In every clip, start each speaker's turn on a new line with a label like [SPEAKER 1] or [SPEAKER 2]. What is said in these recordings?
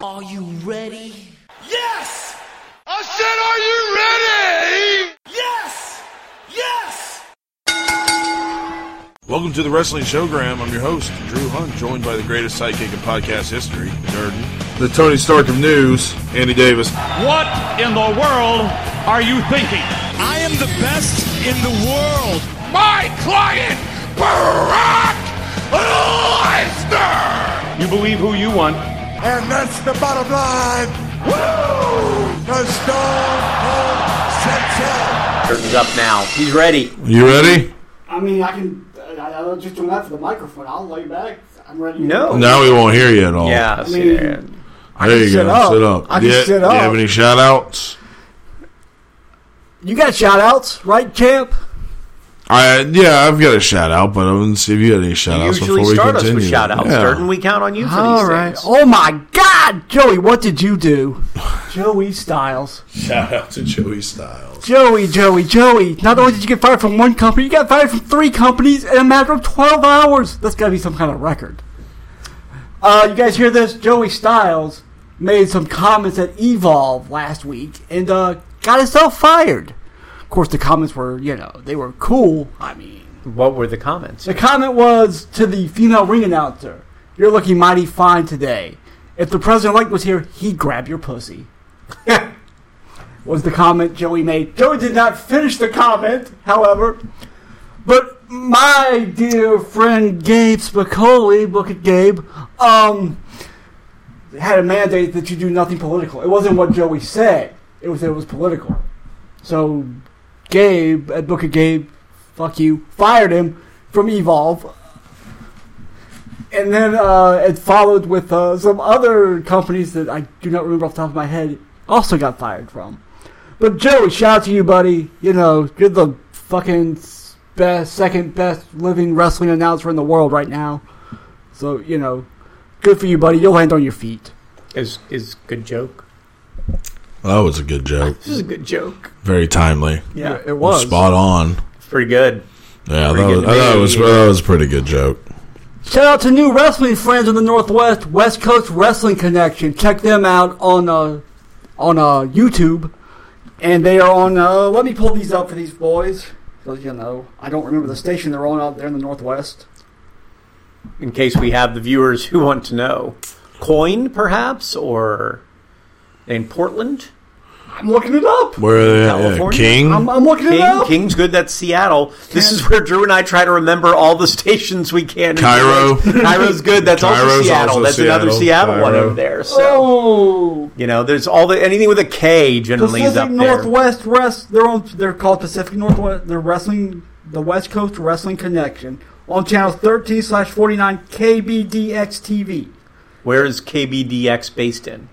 [SPEAKER 1] Are you ready?
[SPEAKER 2] Yes!
[SPEAKER 3] I said, are you ready?
[SPEAKER 2] Yes! Yes!
[SPEAKER 4] Welcome to the Wrestling Showgram. I'm your host, Drew Hunt, joined by the greatest sidekick in podcast history, Jordan. The Tony Stark of News, Andy Davis.
[SPEAKER 5] What in the world are you thinking?
[SPEAKER 2] I am the best in the world.
[SPEAKER 3] My client, Barack Leicester!
[SPEAKER 5] You believe who you want.
[SPEAKER 6] And that's the bottom line. Woo! The Stone Cold Center.
[SPEAKER 7] Curtain's up now. He's ready.
[SPEAKER 4] You ready?
[SPEAKER 8] I mean, I can. I, I just don't have for the microphone. I'll lay back. I'm ready.
[SPEAKER 7] No.
[SPEAKER 4] Now we won't hear you at all.
[SPEAKER 7] Yeah.
[SPEAKER 8] I mean,
[SPEAKER 7] see,
[SPEAKER 4] There you
[SPEAKER 8] sit
[SPEAKER 4] go.
[SPEAKER 8] up.
[SPEAKER 4] Sit up.
[SPEAKER 8] I can
[SPEAKER 4] do you,
[SPEAKER 8] sit
[SPEAKER 4] do you
[SPEAKER 8] up.
[SPEAKER 4] have any shout outs?
[SPEAKER 8] you got shout outs, right, Camp?
[SPEAKER 4] I, yeah, I've got a shout out, but I want to see if you had any shout
[SPEAKER 7] You
[SPEAKER 4] outs
[SPEAKER 7] usually
[SPEAKER 4] before we
[SPEAKER 7] start us
[SPEAKER 4] continue.
[SPEAKER 7] with shout outs.
[SPEAKER 4] Yeah.
[SPEAKER 7] Jordan, we count on you for
[SPEAKER 8] All
[SPEAKER 7] these
[SPEAKER 8] right.
[SPEAKER 7] things.
[SPEAKER 8] Oh my God, Joey, what did you do? Joey Styles.
[SPEAKER 4] Shout out to Joey Styles.
[SPEAKER 8] Joey, Joey, Joey. Not only did you get fired from one company, you got fired from three companies in a matter of 12 hours. That's got to be some kind of record. Uh, you guys hear this? Joey Styles made some comments at Evolve last week and uh, got himself fired. Of course, the comments were, you know, they were cool. I mean,
[SPEAKER 7] What were the comments?
[SPEAKER 8] the comment was to the female ring announcer, "You're looking mighty fine today. If the president-elect was here, he'd grab your pussy." was the comment Joey made. Joey did not finish the comment, however. But my dear friend Gabe Spicoli, look at Gabe, um, had a mandate that you do nothing political. It wasn't what Joey said; it was that it was political. So Gabe at Book of Gabe, fuck you, fired him from Evolve. And then uh, it followed with uh, some other companies that I do not remember off the top of my head also got fired from. But Joey, shout out to you, buddy. You know, you're the fucking s- best, second best living wrestling announcer in the world right now. So, you know, good for you, buddy. You'll land on your feet.
[SPEAKER 7] Is is good joke.
[SPEAKER 4] That was a good joke.
[SPEAKER 7] This is a good joke.
[SPEAKER 4] Very timely.
[SPEAKER 7] Yeah,
[SPEAKER 8] it was.
[SPEAKER 4] Spot on.
[SPEAKER 7] It's pretty good.
[SPEAKER 4] Yeah, that
[SPEAKER 7] Pretty
[SPEAKER 4] was,
[SPEAKER 7] good
[SPEAKER 4] I thought it was,
[SPEAKER 7] made.
[SPEAKER 4] that was a pretty good joke.
[SPEAKER 8] Shout out to new wrestling friends in the Northwest, West Coast Wrestling Connection. Check them out on uh, on uh, YouTube, and they are on. Uh, let me pull these up for these boys, because you know I don't remember the station they're on out there in the Northwest.
[SPEAKER 7] In case we have the viewers who want to know, coin perhaps or in Portland.
[SPEAKER 8] I'm looking it up.
[SPEAKER 4] Where are they at? Yeah,
[SPEAKER 7] California?
[SPEAKER 4] King?
[SPEAKER 8] I'm, I'm looking it
[SPEAKER 7] King,
[SPEAKER 8] up.
[SPEAKER 7] King's good. That's Seattle. This is where Drew and I try to remember all the stations we can.
[SPEAKER 4] Cairo.
[SPEAKER 7] Cairo's good. That's also
[SPEAKER 4] Cairo's
[SPEAKER 7] Seattle.
[SPEAKER 4] also
[SPEAKER 7] That's another
[SPEAKER 4] Seattle.
[SPEAKER 7] Seattle one
[SPEAKER 4] Cairo.
[SPEAKER 7] over there. So
[SPEAKER 8] Oh,
[SPEAKER 7] you know, there's all the anything with a K generally is
[SPEAKER 8] Pacific
[SPEAKER 7] up there.
[SPEAKER 8] Northwest Wrest. They're on. They're called Pacific Northwest. They're wrestling the West Coast Wrestling Connection on channel 13 slash 49 KBDX TV.
[SPEAKER 7] Where is KBDX based in?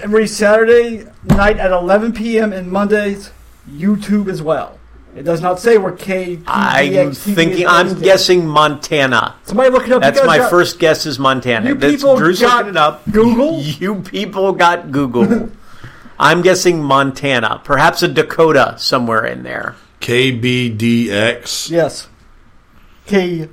[SPEAKER 8] every Saturday night at 11 p.m. and Mondays, YouTube as well. It does not say where K.
[SPEAKER 7] I'm thinking. I'm guessing Montana.
[SPEAKER 8] Somebody look it up. You
[SPEAKER 7] That's
[SPEAKER 8] guys
[SPEAKER 7] my
[SPEAKER 8] got-
[SPEAKER 7] first guess is Montana.
[SPEAKER 8] You
[SPEAKER 7] That's,
[SPEAKER 8] people
[SPEAKER 7] Drew's
[SPEAKER 8] got
[SPEAKER 7] looking it up.
[SPEAKER 8] Google?
[SPEAKER 7] You people got Google. I'm guessing Montana, perhaps a Dakota somewhere in there.
[SPEAKER 4] KBDX.
[SPEAKER 8] Yes. K.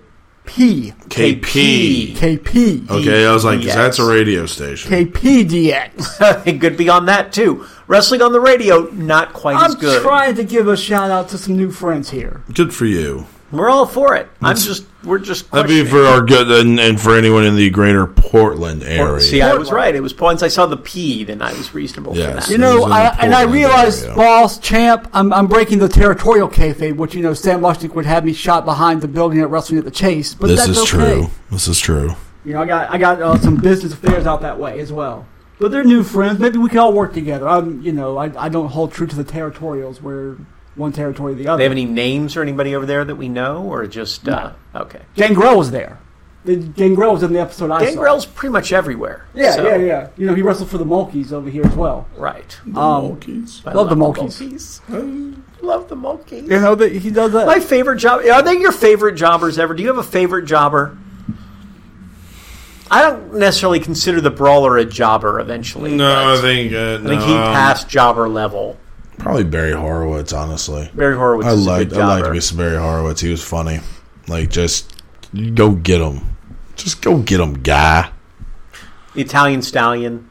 [SPEAKER 8] P.
[SPEAKER 4] KP.
[SPEAKER 8] K. P.
[SPEAKER 4] Okay, I was like, 'cause
[SPEAKER 7] KPDX.
[SPEAKER 4] that's a radio station.
[SPEAKER 8] K. P. D. X.
[SPEAKER 7] it could be on that too. Wrestling on the radio, not quite as
[SPEAKER 8] I'm
[SPEAKER 7] good.
[SPEAKER 8] trying to give a shout out to some new friends here.
[SPEAKER 4] Good for you.
[SPEAKER 7] We're all for it. I'm just. We're just.
[SPEAKER 4] That'd be
[SPEAKER 7] questioning.
[SPEAKER 4] for our good and, and for anyone in the greater Portland area.
[SPEAKER 7] See, I was right. It was once I saw the P, then I was reasonable.
[SPEAKER 4] Yes.
[SPEAKER 7] For
[SPEAKER 8] You
[SPEAKER 7] that.
[SPEAKER 8] know,
[SPEAKER 4] He's in
[SPEAKER 8] I,
[SPEAKER 4] the
[SPEAKER 8] and I
[SPEAKER 4] Portland
[SPEAKER 8] realize,
[SPEAKER 4] area.
[SPEAKER 8] boss, champ, I'm, I'm breaking the territorial kayfabe, which you know Sam Lushnick would have me shot behind the building at Wrestling at the Chase. But
[SPEAKER 4] this
[SPEAKER 8] that's
[SPEAKER 4] is
[SPEAKER 8] okay.
[SPEAKER 4] true. This is true.
[SPEAKER 8] You know, I got I got uh, some business affairs out that way as well. But they're new friends. Maybe we can all work together. I'm, you know, I, I don't hold true to the territorials where one territory or the other.
[SPEAKER 7] They have any names or anybody over there that we know, or just uh, okay?
[SPEAKER 8] Gangrel was there. The, Gangrel was in the episode I saw.
[SPEAKER 7] Gangrel's pretty much everywhere.
[SPEAKER 8] Yeah,
[SPEAKER 7] so-
[SPEAKER 8] yeah, yeah. You know, he wrestled for the Mulkeys over here as well.
[SPEAKER 7] Right.
[SPEAKER 8] Um,
[SPEAKER 7] I
[SPEAKER 8] Love the
[SPEAKER 7] Love the Mulkeys.
[SPEAKER 8] you know that he does that.
[SPEAKER 7] My favorite job. Are they your favorite jobbers ever? Do you have a favorite jobber? I don't necessarily consider the brawler a jobber. Eventually,
[SPEAKER 4] No,
[SPEAKER 7] but
[SPEAKER 4] I think uh,
[SPEAKER 7] I think he passed jobber level.
[SPEAKER 4] Probably Barry Horowitz, honestly.
[SPEAKER 7] Barry Horowitz
[SPEAKER 4] I
[SPEAKER 7] is
[SPEAKER 4] liked
[SPEAKER 7] a good
[SPEAKER 4] I liked
[SPEAKER 7] jobber.
[SPEAKER 4] me some Barry Horowitz. He was funny. Like just go get him. Just go get him, guy.
[SPEAKER 7] the Italian Stallion,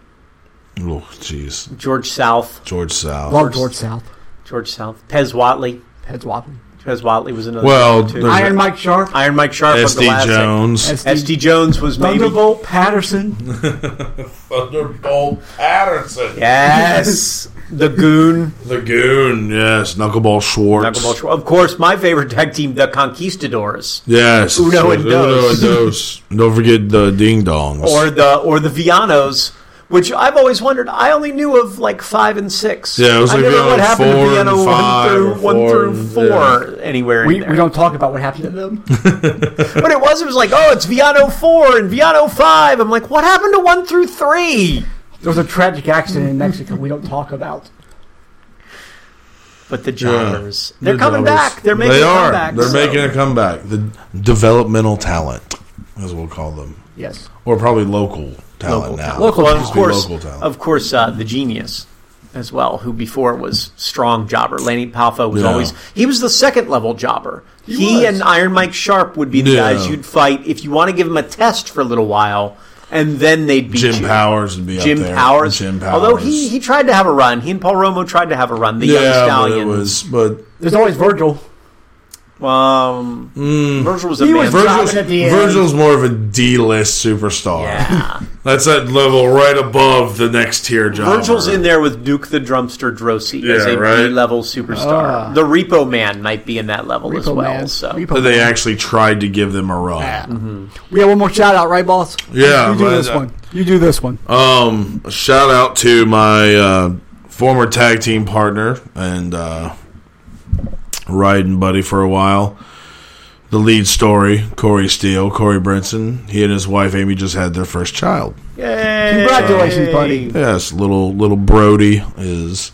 [SPEAKER 4] Oh, jeez.
[SPEAKER 7] George South,
[SPEAKER 4] George South.
[SPEAKER 8] Love George South.
[SPEAKER 7] George South, Pez Watley.
[SPEAKER 8] Heads wobbling.
[SPEAKER 7] Pez Watley was another.
[SPEAKER 4] Well,
[SPEAKER 7] one, too.
[SPEAKER 4] there's-
[SPEAKER 8] Iron Mike Sharp.
[SPEAKER 7] Iron Mike Sharp, on
[SPEAKER 4] SD
[SPEAKER 7] Glasgow.
[SPEAKER 4] Jones.
[SPEAKER 7] SD Jones was maybe.
[SPEAKER 8] Thunderbolt Patterson.
[SPEAKER 4] Thunderbolt Patterson.
[SPEAKER 7] Yes, the Goon.
[SPEAKER 4] The Goon. Yes. Knuckleball Schwartz.
[SPEAKER 7] Knuckleball Schwartz. Of course, my favorite tag team, the Conquistadors,
[SPEAKER 4] Yes.
[SPEAKER 7] Uno and
[SPEAKER 4] Uno
[SPEAKER 7] Dos.
[SPEAKER 4] and Dos. And Don't forget the Ding Dongs.
[SPEAKER 7] or the or the Vianos, which I've always wondered. I only knew of like five and six.
[SPEAKER 4] Yeah, it was
[SPEAKER 7] I
[SPEAKER 4] like
[SPEAKER 7] never know
[SPEAKER 4] Viano
[SPEAKER 7] what happened
[SPEAKER 4] four
[SPEAKER 7] to
[SPEAKER 4] and
[SPEAKER 7] Viano one
[SPEAKER 4] five
[SPEAKER 7] through
[SPEAKER 4] or
[SPEAKER 7] one
[SPEAKER 4] four
[SPEAKER 7] through
[SPEAKER 4] and-
[SPEAKER 7] four anywhere.
[SPEAKER 8] We,
[SPEAKER 7] in there.
[SPEAKER 8] we don't talk about what happened to them.
[SPEAKER 7] But it was. It was like, oh, it's Viano four and Viano five. I'm like, what happened to one through three?
[SPEAKER 8] There was a tragic accident in Mexico we don't talk about.
[SPEAKER 7] But the
[SPEAKER 4] Yeah.
[SPEAKER 7] jobbers, they're
[SPEAKER 4] The
[SPEAKER 7] coming
[SPEAKER 4] Jobbers.
[SPEAKER 7] back. They're making
[SPEAKER 4] They
[SPEAKER 7] a
[SPEAKER 4] are.
[SPEAKER 7] comeback.
[SPEAKER 4] They're
[SPEAKER 7] So-
[SPEAKER 4] making a comeback. The developmental talent, as we'll call them,
[SPEAKER 8] Yes.
[SPEAKER 4] or probably local talent now.
[SPEAKER 7] Local,
[SPEAKER 4] It
[SPEAKER 7] of
[SPEAKER 4] used to be
[SPEAKER 7] course,
[SPEAKER 4] local talent.
[SPEAKER 7] of course, uh, the genius as well, who before was strong jobber. Lanny Palfo was
[SPEAKER 4] Yeah.
[SPEAKER 7] always he was the second level jobber. He,
[SPEAKER 8] was.
[SPEAKER 7] and Iron Mike Sharp would be the
[SPEAKER 4] Yeah.
[SPEAKER 7] guys you'd fight if you want to give them a test for a little while, and then they'd beat
[SPEAKER 4] Jim
[SPEAKER 7] you.
[SPEAKER 4] Powers would be
[SPEAKER 7] Jim
[SPEAKER 4] up there.
[SPEAKER 7] Powers.
[SPEAKER 4] Jim Powers.
[SPEAKER 7] Although he he tried to have a run, he and Paul Romo tried to have a run. The young
[SPEAKER 4] yeah, but
[SPEAKER 7] stallion.
[SPEAKER 4] it was but
[SPEAKER 8] There's always Virgil.
[SPEAKER 7] um,
[SPEAKER 4] Mm.
[SPEAKER 7] Virgil was a
[SPEAKER 8] He
[SPEAKER 7] man.
[SPEAKER 8] was Virgil-
[SPEAKER 4] Virgil's,
[SPEAKER 8] at the end.
[SPEAKER 4] Virgil's more of a D list superstar.
[SPEAKER 7] Yeah.
[SPEAKER 4] That's that level right above the next tier job.
[SPEAKER 7] Virgil's in there with Duke the Drumster Drosy as
[SPEAKER 4] Yeah,
[SPEAKER 7] a
[SPEAKER 4] right.
[SPEAKER 7] level superstar. the Repo Man might be in that level as
[SPEAKER 8] Ah. Repo
[SPEAKER 7] well.
[SPEAKER 8] Oh, Man.
[SPEAKER 7] So
[SPEAKER 8] Repo
[SPEAKER 4] But they
[SPEAKER 8] Man.
[SPEAKER 4] actually tried to give them a run.
[SPEAKER 8] We have one more shout out, right, boss?
[SPEAKER 4] Yeah,
[SPEAKER 8] You do
[SPEAKER 4] but,
[SPEAKER 8] this
[SPEAKER 4] uh,
[SPEAKER 8] one. You do this one.
[SPEAKER 4] Um, shout out to my uh, former tag team partner and uh, riding buddy for a while. The lead story, Corey Steele, Corey Brinson. He and his wife Amy just had their first child.
[SPEAKER 8] Congratulations, buddy.
[SPEAKER 4] Yes, little little Brody is,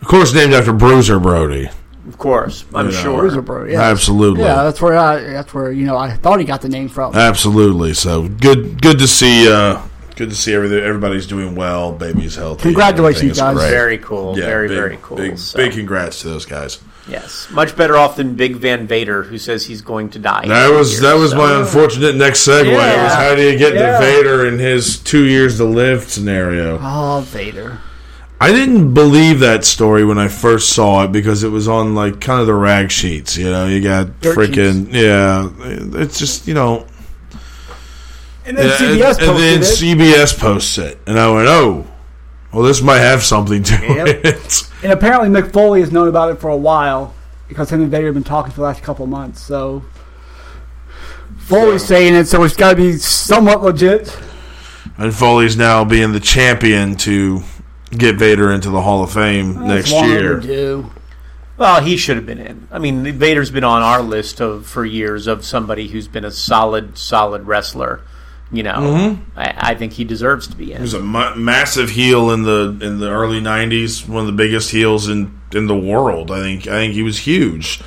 [SPEAKER 4] of course, named after Bruiser Brody.
[SPEAKER 7] of course, I'm
[SPEAKER 4] Yeah.
[SPEAKER 7] sure.
[SPEAKER 8] Bruiser Bro. Yeah.
[SPEAKER 4] Absolutely,
[SPEAKER 8] Yeah, that's where I. That's where you know I thought he got the name from.
[SPEAKER 4] absolutely. So good, good to see. Uh, good to see everything. Everybody's doing well. Baby's healthy.
[SPEAKER 8] Congratulations,
[SPEAKER 4] Everything is
[SPEAKER 8] guys.
[SPEAKER 4] great.
[SPEAKER 7] Very cool.
[SPEAKER 4] Yeah,
[SPEAKER 7] very
[SPEAKER 4] big-
[SPEAKER 7] very cool.
[SPEAKER 4] Big,
[SPEAKER 7] So,
[SPEAKER 4] big congrats to those guys.
[SPEAKER 7] yes, much better off than Big Van Vader, who says he's going to die.
[SPEAKER 4] That
[SPEAKER 7] in
[SPEAKER 4] was
[SPEAKER 7] two
[SPEAKER 4] that
[SPEAKER 7] years.
[SPEAKER 4] was
[SPEAKER 7] So,
[SPEAKER 4] my unfortunate next segue. It was
[SPEAKER 7] Yeah.
[SPEAKER 4] how do you get
[SPEAKER 8] Yeah.
[SPEAKER 4] to Vader in his two years to live scenario?
[SPEAKER 8] Oh, Vader.
[SPEAKER 4] I didn't believe that story when I first saw it because it was on like kind of the rag sheets. You know, you got
[SPEAKER 8] Dirt
[SPEAKER 4] freaking yeah. It's just you know,
[SPEAKER 8] And then
[SPEAKER 4] and,
[SPEAKER 8] CBS
[SPEAKER 4] and then
[SPEAKER 8] posted it.
[SPEAKER 4] CBS posts it, and I went, oh, well, this might have something to
[SPEAKER 8] Yep.
[SPEAKER 4] it.
[SPEAKER 8] and apparently Mick Foley has known about it for a while because him and Vader have been talking for the last couple of months. So Foley's saying it, so it's got to be somewhat legit.
[SPEAKER 4] And Foley's now being the champion to get Vader into the Hall of Fame next
[SPEAKER 8] It's long
[SPEAKER 4] year.
[SPEAKER 8] overdue.
[SPEAKER 7] well, he should have been in. I mean, Vader's been on our list of for years of somebody who's been a solid solid wrestler. You know,
[SPEAKER 4] Mm-hmm.
[SPEAKER 7] I, I think he deserves to be in.
[SPEAKER 4] He was a ma- massive heel in the in the early '90s. One of the biggest heels in in the world. I think. I think he was huge.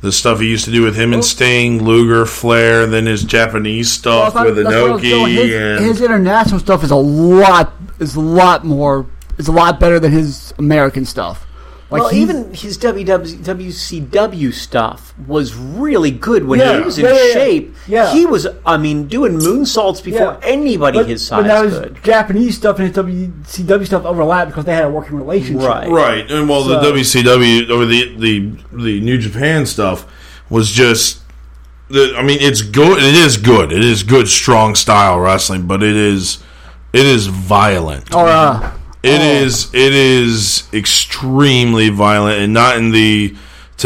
[SPEAKER 4] The stuff he used to do with him and Sting, Luger, Flair, and then his Japanese stuff
[SPEAKER 8] Well, it's not-
[SPEAKER 4] with
[SPEAKER 8] that's what I was
[SPEAKER 4] Inoki.
[SPEAKER 8] doing. His,
[SPEAKER 4] and
[SPEAKER 8] his international stuff is a lot is a lot more is a lot better than his American stuff. Like
[SPEAKER 7] well,
[SPEAKER 8] he-
[SPEAKER 7] even his WCW stuff was really good when
[SPEAKER 8] Yeah,
[SPEAKER 7] he was in
[SPEAKER 8] yeah, yeah, yeah.
[SPEAKER 7] shape.
[SPEAKER 8] Yeah.
[SPEAKER 7] He was, I mean, doing moonsaults before
[SPEAKER 8] Yeah.
[SPEAKER 7] anybody
[SPEAKER 8] but,
[SPEAKER 7] his
[SPEAKER 8] but now
[SPEAKER 7] size
[SPEAKER 8] his
[SPEAKER 7] could.
[SPEAKER 8] Japanese stuff and his WCW stuff overlap because they had a working relationship.
[SPEAKER 7] Right.
[SPEAKER 4] right, and well, the
[SPEAKER 8] So-
[SPEAKER 4] WCW or the the the New Japan stuff was just. The, I mean, it's good. It is good. It is good, strong style wrestling, but it is it is violent.
[SPEAKER 8] Or uh,
[SPEAKER 4] It is it is extremely violent and not in the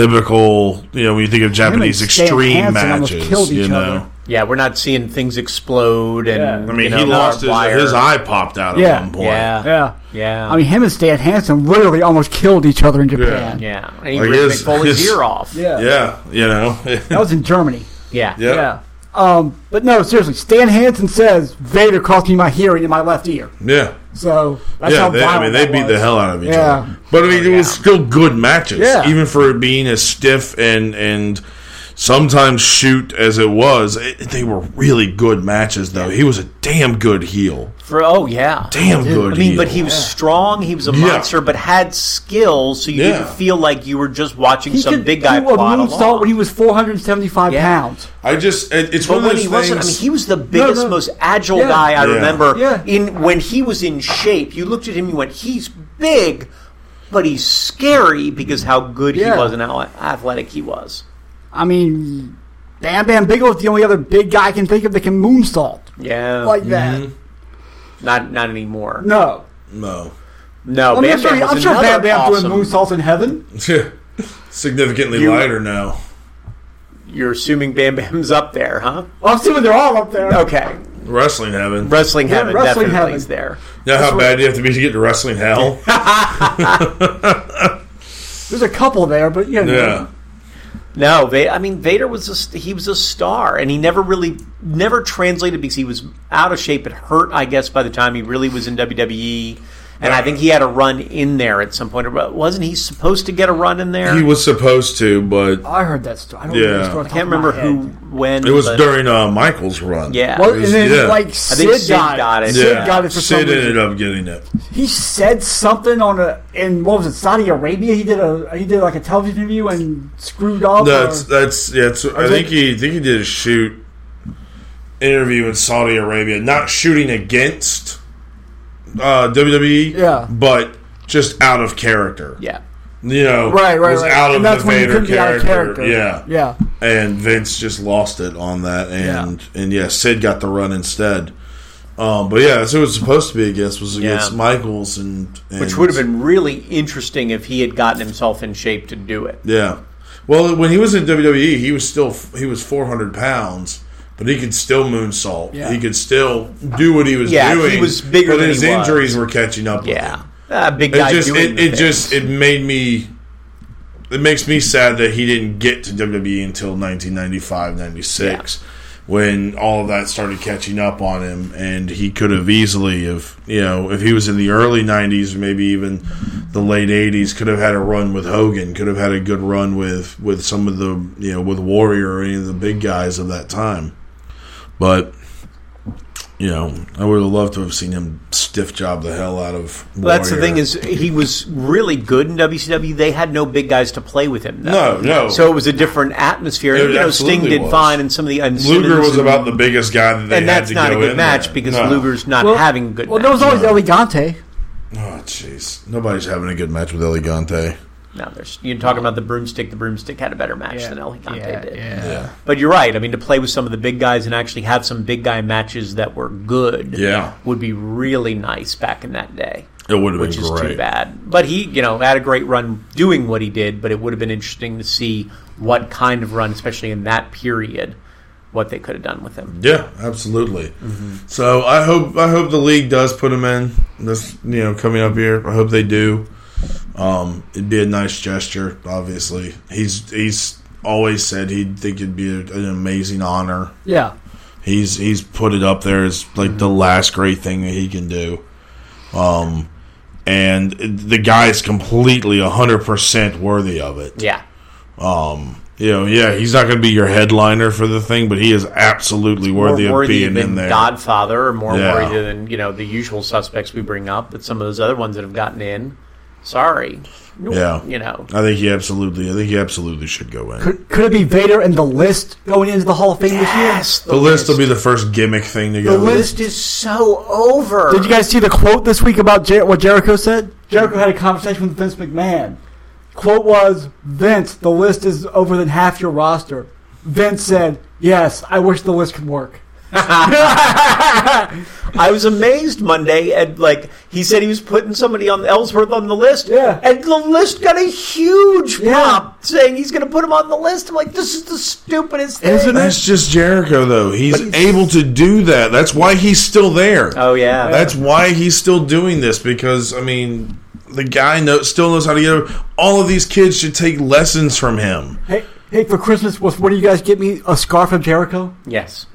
[SPEAKER 4] typical you know when you think of Japanese
[SPEAKER 8] Stan
[SPEAKER 4] extreme
[SPEAKER 8] Hansen almost
[SPEAKER 4] matches
[SPEAKER 8] killed
[SPEAKER 4] you
[SPEAKER 8] each
[SPEAKER 4] know
[SPEAKER 8] other.
[SPEAKER 7] Yeah, we're not seeing things explode and.
[SPEAKER 8] Yeah. I
[SPEAKER 4] I mean
[SPEAKER 7] you know,
[SPEAKER 4] he lost his,
[SPEAKER 7] barbed
[SPEAKER 4] his
[SPEAKER 7] wire.
[SPEAKER 4] eye popped out at
[SPEAKER 8] Yeah.
[SPEAKER 4] one point
[SPEAKER 7] Yeah.
[SPEAKER 8] yeah.
[SPEAKER 7] Yeah.
[SPEAKER 8] I mean, him and Stan Hansen literally almost killed each other in Japan.
[SPEAKER 7] yeah. And he
[SPEAKER 4] Like
[SPEAKER 7] ripped
[SPEAKER 4] his-
[SPEAKER 7] Mick Foley's
[SPEAKER 4] his-
[SPEAKER 7] ear off.
[SPEAKER 8] Yeah.
[SPEAKER 4] yeah you know
[SPEAKER 8] That was in Germany.
[SPEAKER 7] Yeah.
[SPEAKER 4] Yeah.
[SPEAKER 8] Yeah. Um, but no, seriously, Stan Hansen says Vader cost me my hearing in my left ear.
[SPEAKER 4] yeah
[SPEAKER 8] So that's
[SPEAKER 4] yeah
[SPEAKER 8] how
[SPEAKER 4] they, I
[SPEAKER 8] violent
[SPEAKER 4] mean they
[SPEAKER 8] that
[SPEAKER 4] beat the
[SPEAKER 8] was.
[SPEAKER 4] hell out of each
[SPEAKER 8] Yeah.
[SPEAKER 4] other but I mean it was still good matches
[SPEAKER 8] Yeah.
[SPEAKER 4] even for it being as stiff and and sometimes shoot as it was it, they were really good matches though he was a damn good heel
[SPEAKER 7] For oh yeah,
[SPEAKER 4] Damn good
[SPEAKER 7] I mean, but
[SPEAKER 4] heel.
[SPEAKER 7] he was strong. He was a
[SPEAKER 4] Yeah.
[SPEAKER 7] monster, but had skills, so you
[SPEAKER 4] Yeah.
[SPEAKER 7] didn't feel like you were just watching
[SPEAKER 8] He
[SPEAKER 7] some
[SPEAKER 8] could
[SPEAKER 7] big guy
[SPEAKER 8] do a
[SPEAKER 7] plod
[SPEAKER 8] moonsault
[SPEAKER 7] along.
[SPEAKER 8] when he was 475
[SPEAKER 7] Yeah.
[SPEAKER 8] pounds.
[SPEAKER 4] I just it, it's
[SPEAKER 7] but
[SPEAKER 4] one of
[SPEAKER 7] when
[SPEAKER 4] those
[SPEAKER 7] he
[SPEAKER 4] things.
[SPEAKER 7] wasn't, I mean, he was the biggest,
[SPEAKER 8] no.
[SPEAKER 7] most agile
[SPEAKER 8] Yeah.
[SPEAKER 7] guy I
[SPEAKER 4] Yeah.
[SPEAKER 7] remember.
[SPEAKER 8] Yeah.
[SPEAKER 7] In when he was in shape, you looked at him, you went, "He's big, but he's scary because how good
[SPEAKER 8] Yeah.
[SPEAKER 7] he was and how athletic he was."
[SPEAKER 8] I mean, Bam Bam Bigelow's the only other big guy I can think of that can moonsault
[SPEAKER 7] Yeah,
[SPEAKER 8] like that.
[SPEAKER 4] Mm-hmm.
[SPEAKER 7] not not anymore.
[SPEAKER 8] No.
[SPEAKER 4] no.
[SPEAKER 7] No,
[SPEAKER 8] I mean,
[SPEAKER 7] Bam
[SPEAKER 8] I'm sure,
[SPEAKER 7] Bam was
[SPEAKER 8] I'm sure
[SPEAKER 7] another
[SPEAKER 8] Bam Bam
[SPEAKER 7] awesome.
[SPEAKER 8] doing moonsaults in heaven.
[SPEAKER 4] Significantly
[SPEAKER 7] You-
[SPEAKER 4] lighter now.
[SPEAKER 7] You're assuming Bam Bam's up there, huh?
[SPEAKER 8] I'm assuming they're all up there.
[SPEAKER 7] Okay,
[SPEAKER 4] Wrestling heaven.
[SPEAKER 7] wrestling heaven
[SPEAKER 8] Oh. wrestling
[SPEAKER 7] definitely
[SPEAKER 8] heaven.
[SPEAKER 7] is there.
[SPEAKER 4] Now how bad do you have to be to get to wrestling hell?
[SPEAKER 8] There's a couple there, but you know.
[SPEAKER 4] yeah.
[SPEAKER 7] No, Va- I mean Vader was a, st- he was a star, and he never really never translated because he was out of shape. It hurt, I guess, by the time he really was in WWE, and I think he had a run in there at some point. But wasn't he supposed to get a run in there?
[SPEAKER 4] He was supposed to, but
[SPEAKER 8] I heard that story. I don't
[SPEAKER 4] Yeah.
[SPEAKER 8] remember the story
[SPEAKER 7] I can't remember who when
[SPEAKER 4] it was
[SPEAKER 7] but-
[SPEAKER 4] during uh, Michael's run.
[SPEAKER 7] Yeah,
[SPEAKER 8] Well, and then
[SPEAKER 4] Yeah.
[SPEAKER 8] like
[SPEAKER 7] I
[SPEAKER 8] Sid,
[SPEAKER 7] think Sid
[SPEAKER 8] got,
[SPEAKER 7] got
[SPEAKER 8] it.
[SPEAKER 7] it.
[SPEAKER 8] Sid
[SPEAKER 4] Yeah.
[SPEAKER 8] got it for
[SPEAKER 4] Sid
[SPEAKER 8] some reason.
[SPEAKER 4] ended up getting it.
[SPEAKER 8] He said something on a in what was it Saudi Arabia? He did a he did like a television interview and screwed up.
[SPEAKER 4] That's
[SPEAKER 8] or-
[SPEAKER 4] that's yeah. It's, I think he I think he did a shoot interview in Saudi Arabia, not shooting against uh, WWE,
[SPEAKER 8] Yeah.
[SPEAKER 4] but just out of character.
[SPEAKER 7] yeah.
[SPEAKER 4] you know,
[SPEAKER 8] right, right,
[SPEAKER 4] was
[SPEAKER 8] right.
[SPEAKER 4] out of
[SPEAKER 8] and that's
[SPEAKER 4] the
[SPEAKER 8] when you
[SPEAKER 4] Vader
[SPEAKER 8] couldn't be out of
[SPEAKER 4] character.
[SPEAKER 8] character.
[SPEAKER 4] Yeah,
[SPEAKER 8] yeah.
[SPEAKER 4] and Vince just lost it on that, and and yeah, Sid got the run instead. Um, but yeah, that's who it was supposed to be against was against
[SPEAKER 7] Yeah.
[SPEAKER 4] Michaels, and, and
[SPEAKER 7] Which would have been really interesting if he had gotten himself in shape to do it.
[SPEAKER 4] Yeah. Well, when he was in WWE, he was still he was 400 pounds, but he could still moonsault.
[SPEAKER 8] Yeah.
[SPEAKER 4] He could still do what he was
[SPEAKER 7] Yeah, he
[SPEAKER 4] doing.
[SPEAKER 7] was bigger
[SPEAKER 4] but
[SPEAKER 7] than
[SPEAKER 4] his
[SPEAKER 7] he was.
[SPEAKER 4] injuries were catching up.
[SPEAKER 7] Yeah,
[SPEAKER 4] with
[SPEAKER 7] a big
[SPEAKER 4] him.
[SPEAKER 7] guy
[SPEAKER 4] it just
[SPEAKER 7] doing
[SPEAKER 4] it,
[SPEAKER 7] the
[SPEAKER 4] it
[SPEAKER 7] thing.
[SPEAKER 4] just it made me. It makes me sad that he didn't get to WWE until 1995, 96, when all of that started catching up on him, and he could have easily, if you know, if he was in the early 90s, maybe even the late 80s, could have had a run with Hogan, could have had a good run with with some of the you know with Warrior or any of the big guys of that time, but. You know, I would have loved to have seen him stiff job the hell out of.
[SPEAKER 7] Well, that's the
[SPEAKER 4] Warrior.
[SPEAKER 7] thing is he was really good in WCW. They had no big guys to play with him. Though.
[SPEAKER 4] No, no.
[SPEAKER 7] So it was a different atmosphere.
[SPEAKER 4] It
[SPEAKER 7] And, you know,
[SPEAKER 4] absolutely
[SPEAKER 7] Sting did
[SPEAKER 4] was.
[SPEAKER 7] fine, and some of the and
[SPEAKER 4] Luger
[SPEAKER 7] Simmons
[SPEAKER 4] was
[SPEAKER 7] and-
[SPEAKER 4] about the biggest guy that they
[SPEAKER 7] and
[SPEAKER 4] had
[SPEAKER 7] that's
[SPEAKER 4] to
[SPEAKER 7] not a
[SPEAKER 4] go
[SPEAKER 7] good
[SPEAKER 4] in
[SPEAKER 7] match
[SPEAKER 4] there.
[SPEAKER 7] because
[SPEAKER 4] No.
[SPEAKER 7] Luger's not having a good.
[SPEAKER 8] Well, there
[SPEAKER 7] match.
[SPEAKER 8] was always Elegante.
[SPEAKER 4] Oh, jeez. Nobody's having a good match with Elegante.
[SPEAKER 7] no, there's you're talking about the broomstick. The broomstick had a better match than Elegante did.
[SPEAKER 4] Yeah.
[SPEAKER 7] But you're right. I mean, to play with some of the big guys and actually have some big guy matches that were good,
[SPEAKER 4] Yeah.
[SPEAKER 7] would be really nice back in that day.
[SPEAKER 4] It would have been
[SPEAKER 7] which is
[SPEAKER 4] great.
[SPEAKER 7] too bad. But he, you know, had a great run doing what he did. But it would have been interesting to see what kind of run, especially in that period, what they could have done with him.
[SPEAKER 4] Yeah, absolutely.
[SPEAKER 7] Mm-hmm.
[SPEAKER 4] So I hope I hope the league does put him in this you know coming up here. I hope they do. Um, it'd be a nice gesture. Obviously, he's he's always said he'd think it'd be an amazing honor.
[SPEAKER 8] Yeah.
[SPEAKER 4] He's he's put it up there as like the last great thing that he can do. Um, and the guy is completely hundred percent worthy of it.
[SPEAKER 7] Yeah,
[SPEAKER 4] You know, yeah, he's not going to be your headliner for the thing, but he is absolutely worthy,
[SPEAKER 7] more
[SPEAKER 4] of
[SPEAKER 7] worthy
[SPEAKER 4] being
[SPEAKER 7] of than
[SPEAKER 4] in there.
[SPEAKER 7] Godfather, or more
[SPEAKER 4] Yeah.
[SPEAKER 7] worthy than you know the usual suspects we bring up. That some of those other ones that have gotten in. Sorry,
[SPEAKER 4] yeah,
[SPEAKER 7] you know.
[SPEAKER 4] I think he absolutely, I think he absolutely should go in.
[SPEAKER 8] Could, could it be Vader and the list going into the Hall of Fame
[SPEAKER 7] Yes,
[SPEAKER 4] the list will be the first gimmick thing to go.
[SPEAKER 8] The
[SPEAKER 4] with.
[SPEAKER 8] list-
[SPEAKER 7] list is so over.
[SPEAKER 8] Did you guys see the quote this week about Jer- what Jericho said? Jericho had a conversation with Vince McMahon. Quote was Vince, the list is over than half your roster. Vince said, Yes, I wish the list could work.
[SPEAKER 7] I was amazed Monday at like he said he was putting somebody on Ellsworth on the list.
[SPEAKER 8] Yeah.
[SPEAKER 7] And the list got a huge
[SPEAKER 8] Yeah.
[SPEAKER 7] pop saying he's gonna put him on the list. I'm like, this is the stupidest thing.
[SPEAKER 8] Isn't it?
[SPEAKER 4] That's just Jericho, though. He's
[SPEAKER 7] he's-
[SPEAKER 4] able to do that. That's why he's still there.
[SPEAKER 7] Oh yeah.
[SPEAKER 4] That's why he's still doing this because I mean, the guy know, still knows how to get. Over. All of these kids should take lessons from him.
[SPEAKER 8] Hey, hey, for Christmas, what, what do you guys get me? A scarf of Jericho?
[SPEAKER 7] yes.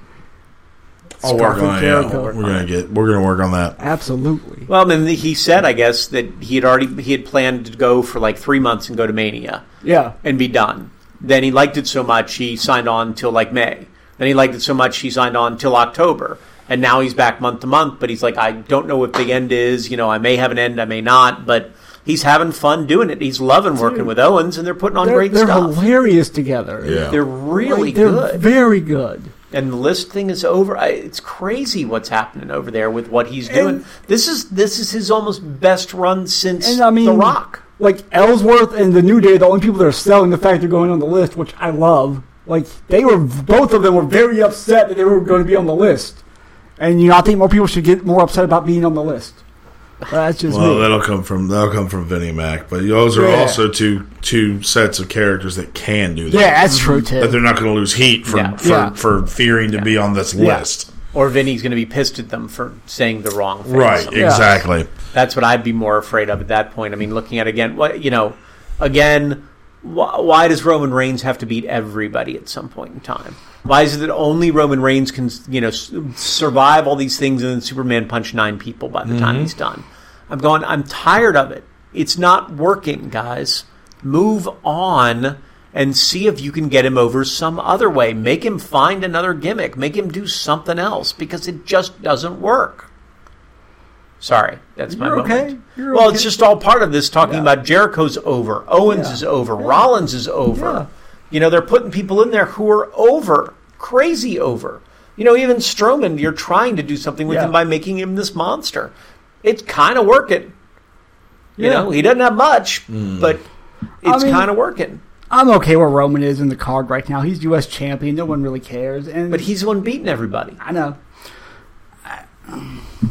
[SPEAKER 4] I'll work
[SPEAKER 8] Scarf and
[SPEAKER 4] on it. yeah.
[SPEAKER 8] Jericho.
[SPEAKER 4] We're gonna get. We're gonna work on that.
[SPEAKER 8] Absolutely.
[SPEAKER 7] Well, then he said, I guess, that he had already he had planned to go for like three months and go to Mania.
[SPEAKER 8] Yeah.
[SPEAKER 7] and be done. Then he liked it so much he signed on till like May. Then he liked it so much he signed on till October. and now he's back month to month. But he's like, I don't know what the end is. You know, I may have an end, I may not. But he's having fun doing it. He's loving working with Owens, and they're putting on
[SPEAKER 8] They're,
[SPEAKER 7] great
[SPEAKER 8] they're
[SPEAKER 7] stuff.
[SPEAKER 8] hilarious together.
[SPEAKER 4] Yeah.
[SPEAKER 7] They're really
[SPEAKER 8] Like, they're
[SPEAKER 7] good.
[SPEAKER 8] Very good.
[SPEAKER 7] and the list thing is over. I, it's crazy what's happening over there with what he's doing.
[SPEAKER 8] And-
[SPEAKER 7] this is this is his almost best run since
[SPEAKER 8] And I mean,
[SPEAKER 7] The Rock.
[SPEAKER 8] Like Ellsworth and the New Day, the only people that are selling the fact they're going on the list, which I love. Like they were, both of them were very upset that they were going to be on the list, and you know I think more people should get more upset about being on the list. But that's just
[SPEAKER 4] Well,
[SPEAKER 8] me.
[SPEAKER 4] that'll come from that'll come from Vinnie Mac, but those are
[SPEAKER 8] Yeah.
[SPEAKER 4] also two two sets of characters that can do that.
[SPEAKER 8] Yeah, that's true too.
[SPEAKER 4] that they're not going to lose heat for
[SPEAKER 7] Yeah.
[SPEAKER 4] for,
[SPEAKER 8] Yeah.
[SPEAKER 4] for fearing to be on this list.
[SPEAKER 7] Or Vinny's going to be pissed at them for saying the wrong thing.
[SPEAKER 4] Right, exactly.
[SPEAKER 7] That's what I'd be more afraid of at that point. I mean, looking at again, what you know, again, why, why does Roman Reigns have to beat everybody at some point in time? Why is it that only Roman Reigns can you know s- survive all these things and then Superman punch nine people by the time he's done? I'm going. I'm tired of it. It's not working, guys. Move on and see if you can get him over some other way. Make him find another gimmick. Make him do something else because it just doesn't work. Sorry, that's my
[SPEAKER 8] You're
[SPEAKER 7] moment.
[SPEAKER 8] okay. You're
[SPEAKER 7] well,
[SPEAKER 8] okay.
[SPEAKER 7] it's just all part of this talking
[SPEAKER 8] Yeah.
[SPEAKER 7] about Jericho's over, Owens
[SPEAKER 8] Yeah.
[SPEAKER 7] is over, Rollins is over.
[SPEAKER 8] Yeah.
[SPEAKER 7] You know, they're putting people in there who are over, crazy over. You know, even Strowman, you're trying to do something with
[SPEAKER 8] Yeah.
[SPEAKER 7] him by making him this monster. It's kind of working. You
[SPEAKER 8] Yeah.
[SPEAKER 7] know, he doesn't have much, but it's
[SPEAKER 8] mean-
[SPEAKER 7] kind of working.
[SPEAKER 8] I'm okay where Roman is in the card right now. He's U.S. champion. No one really cares, and
[SPEAKER 7] But he's the one beating everybody.
[SPEAKER 8] I know.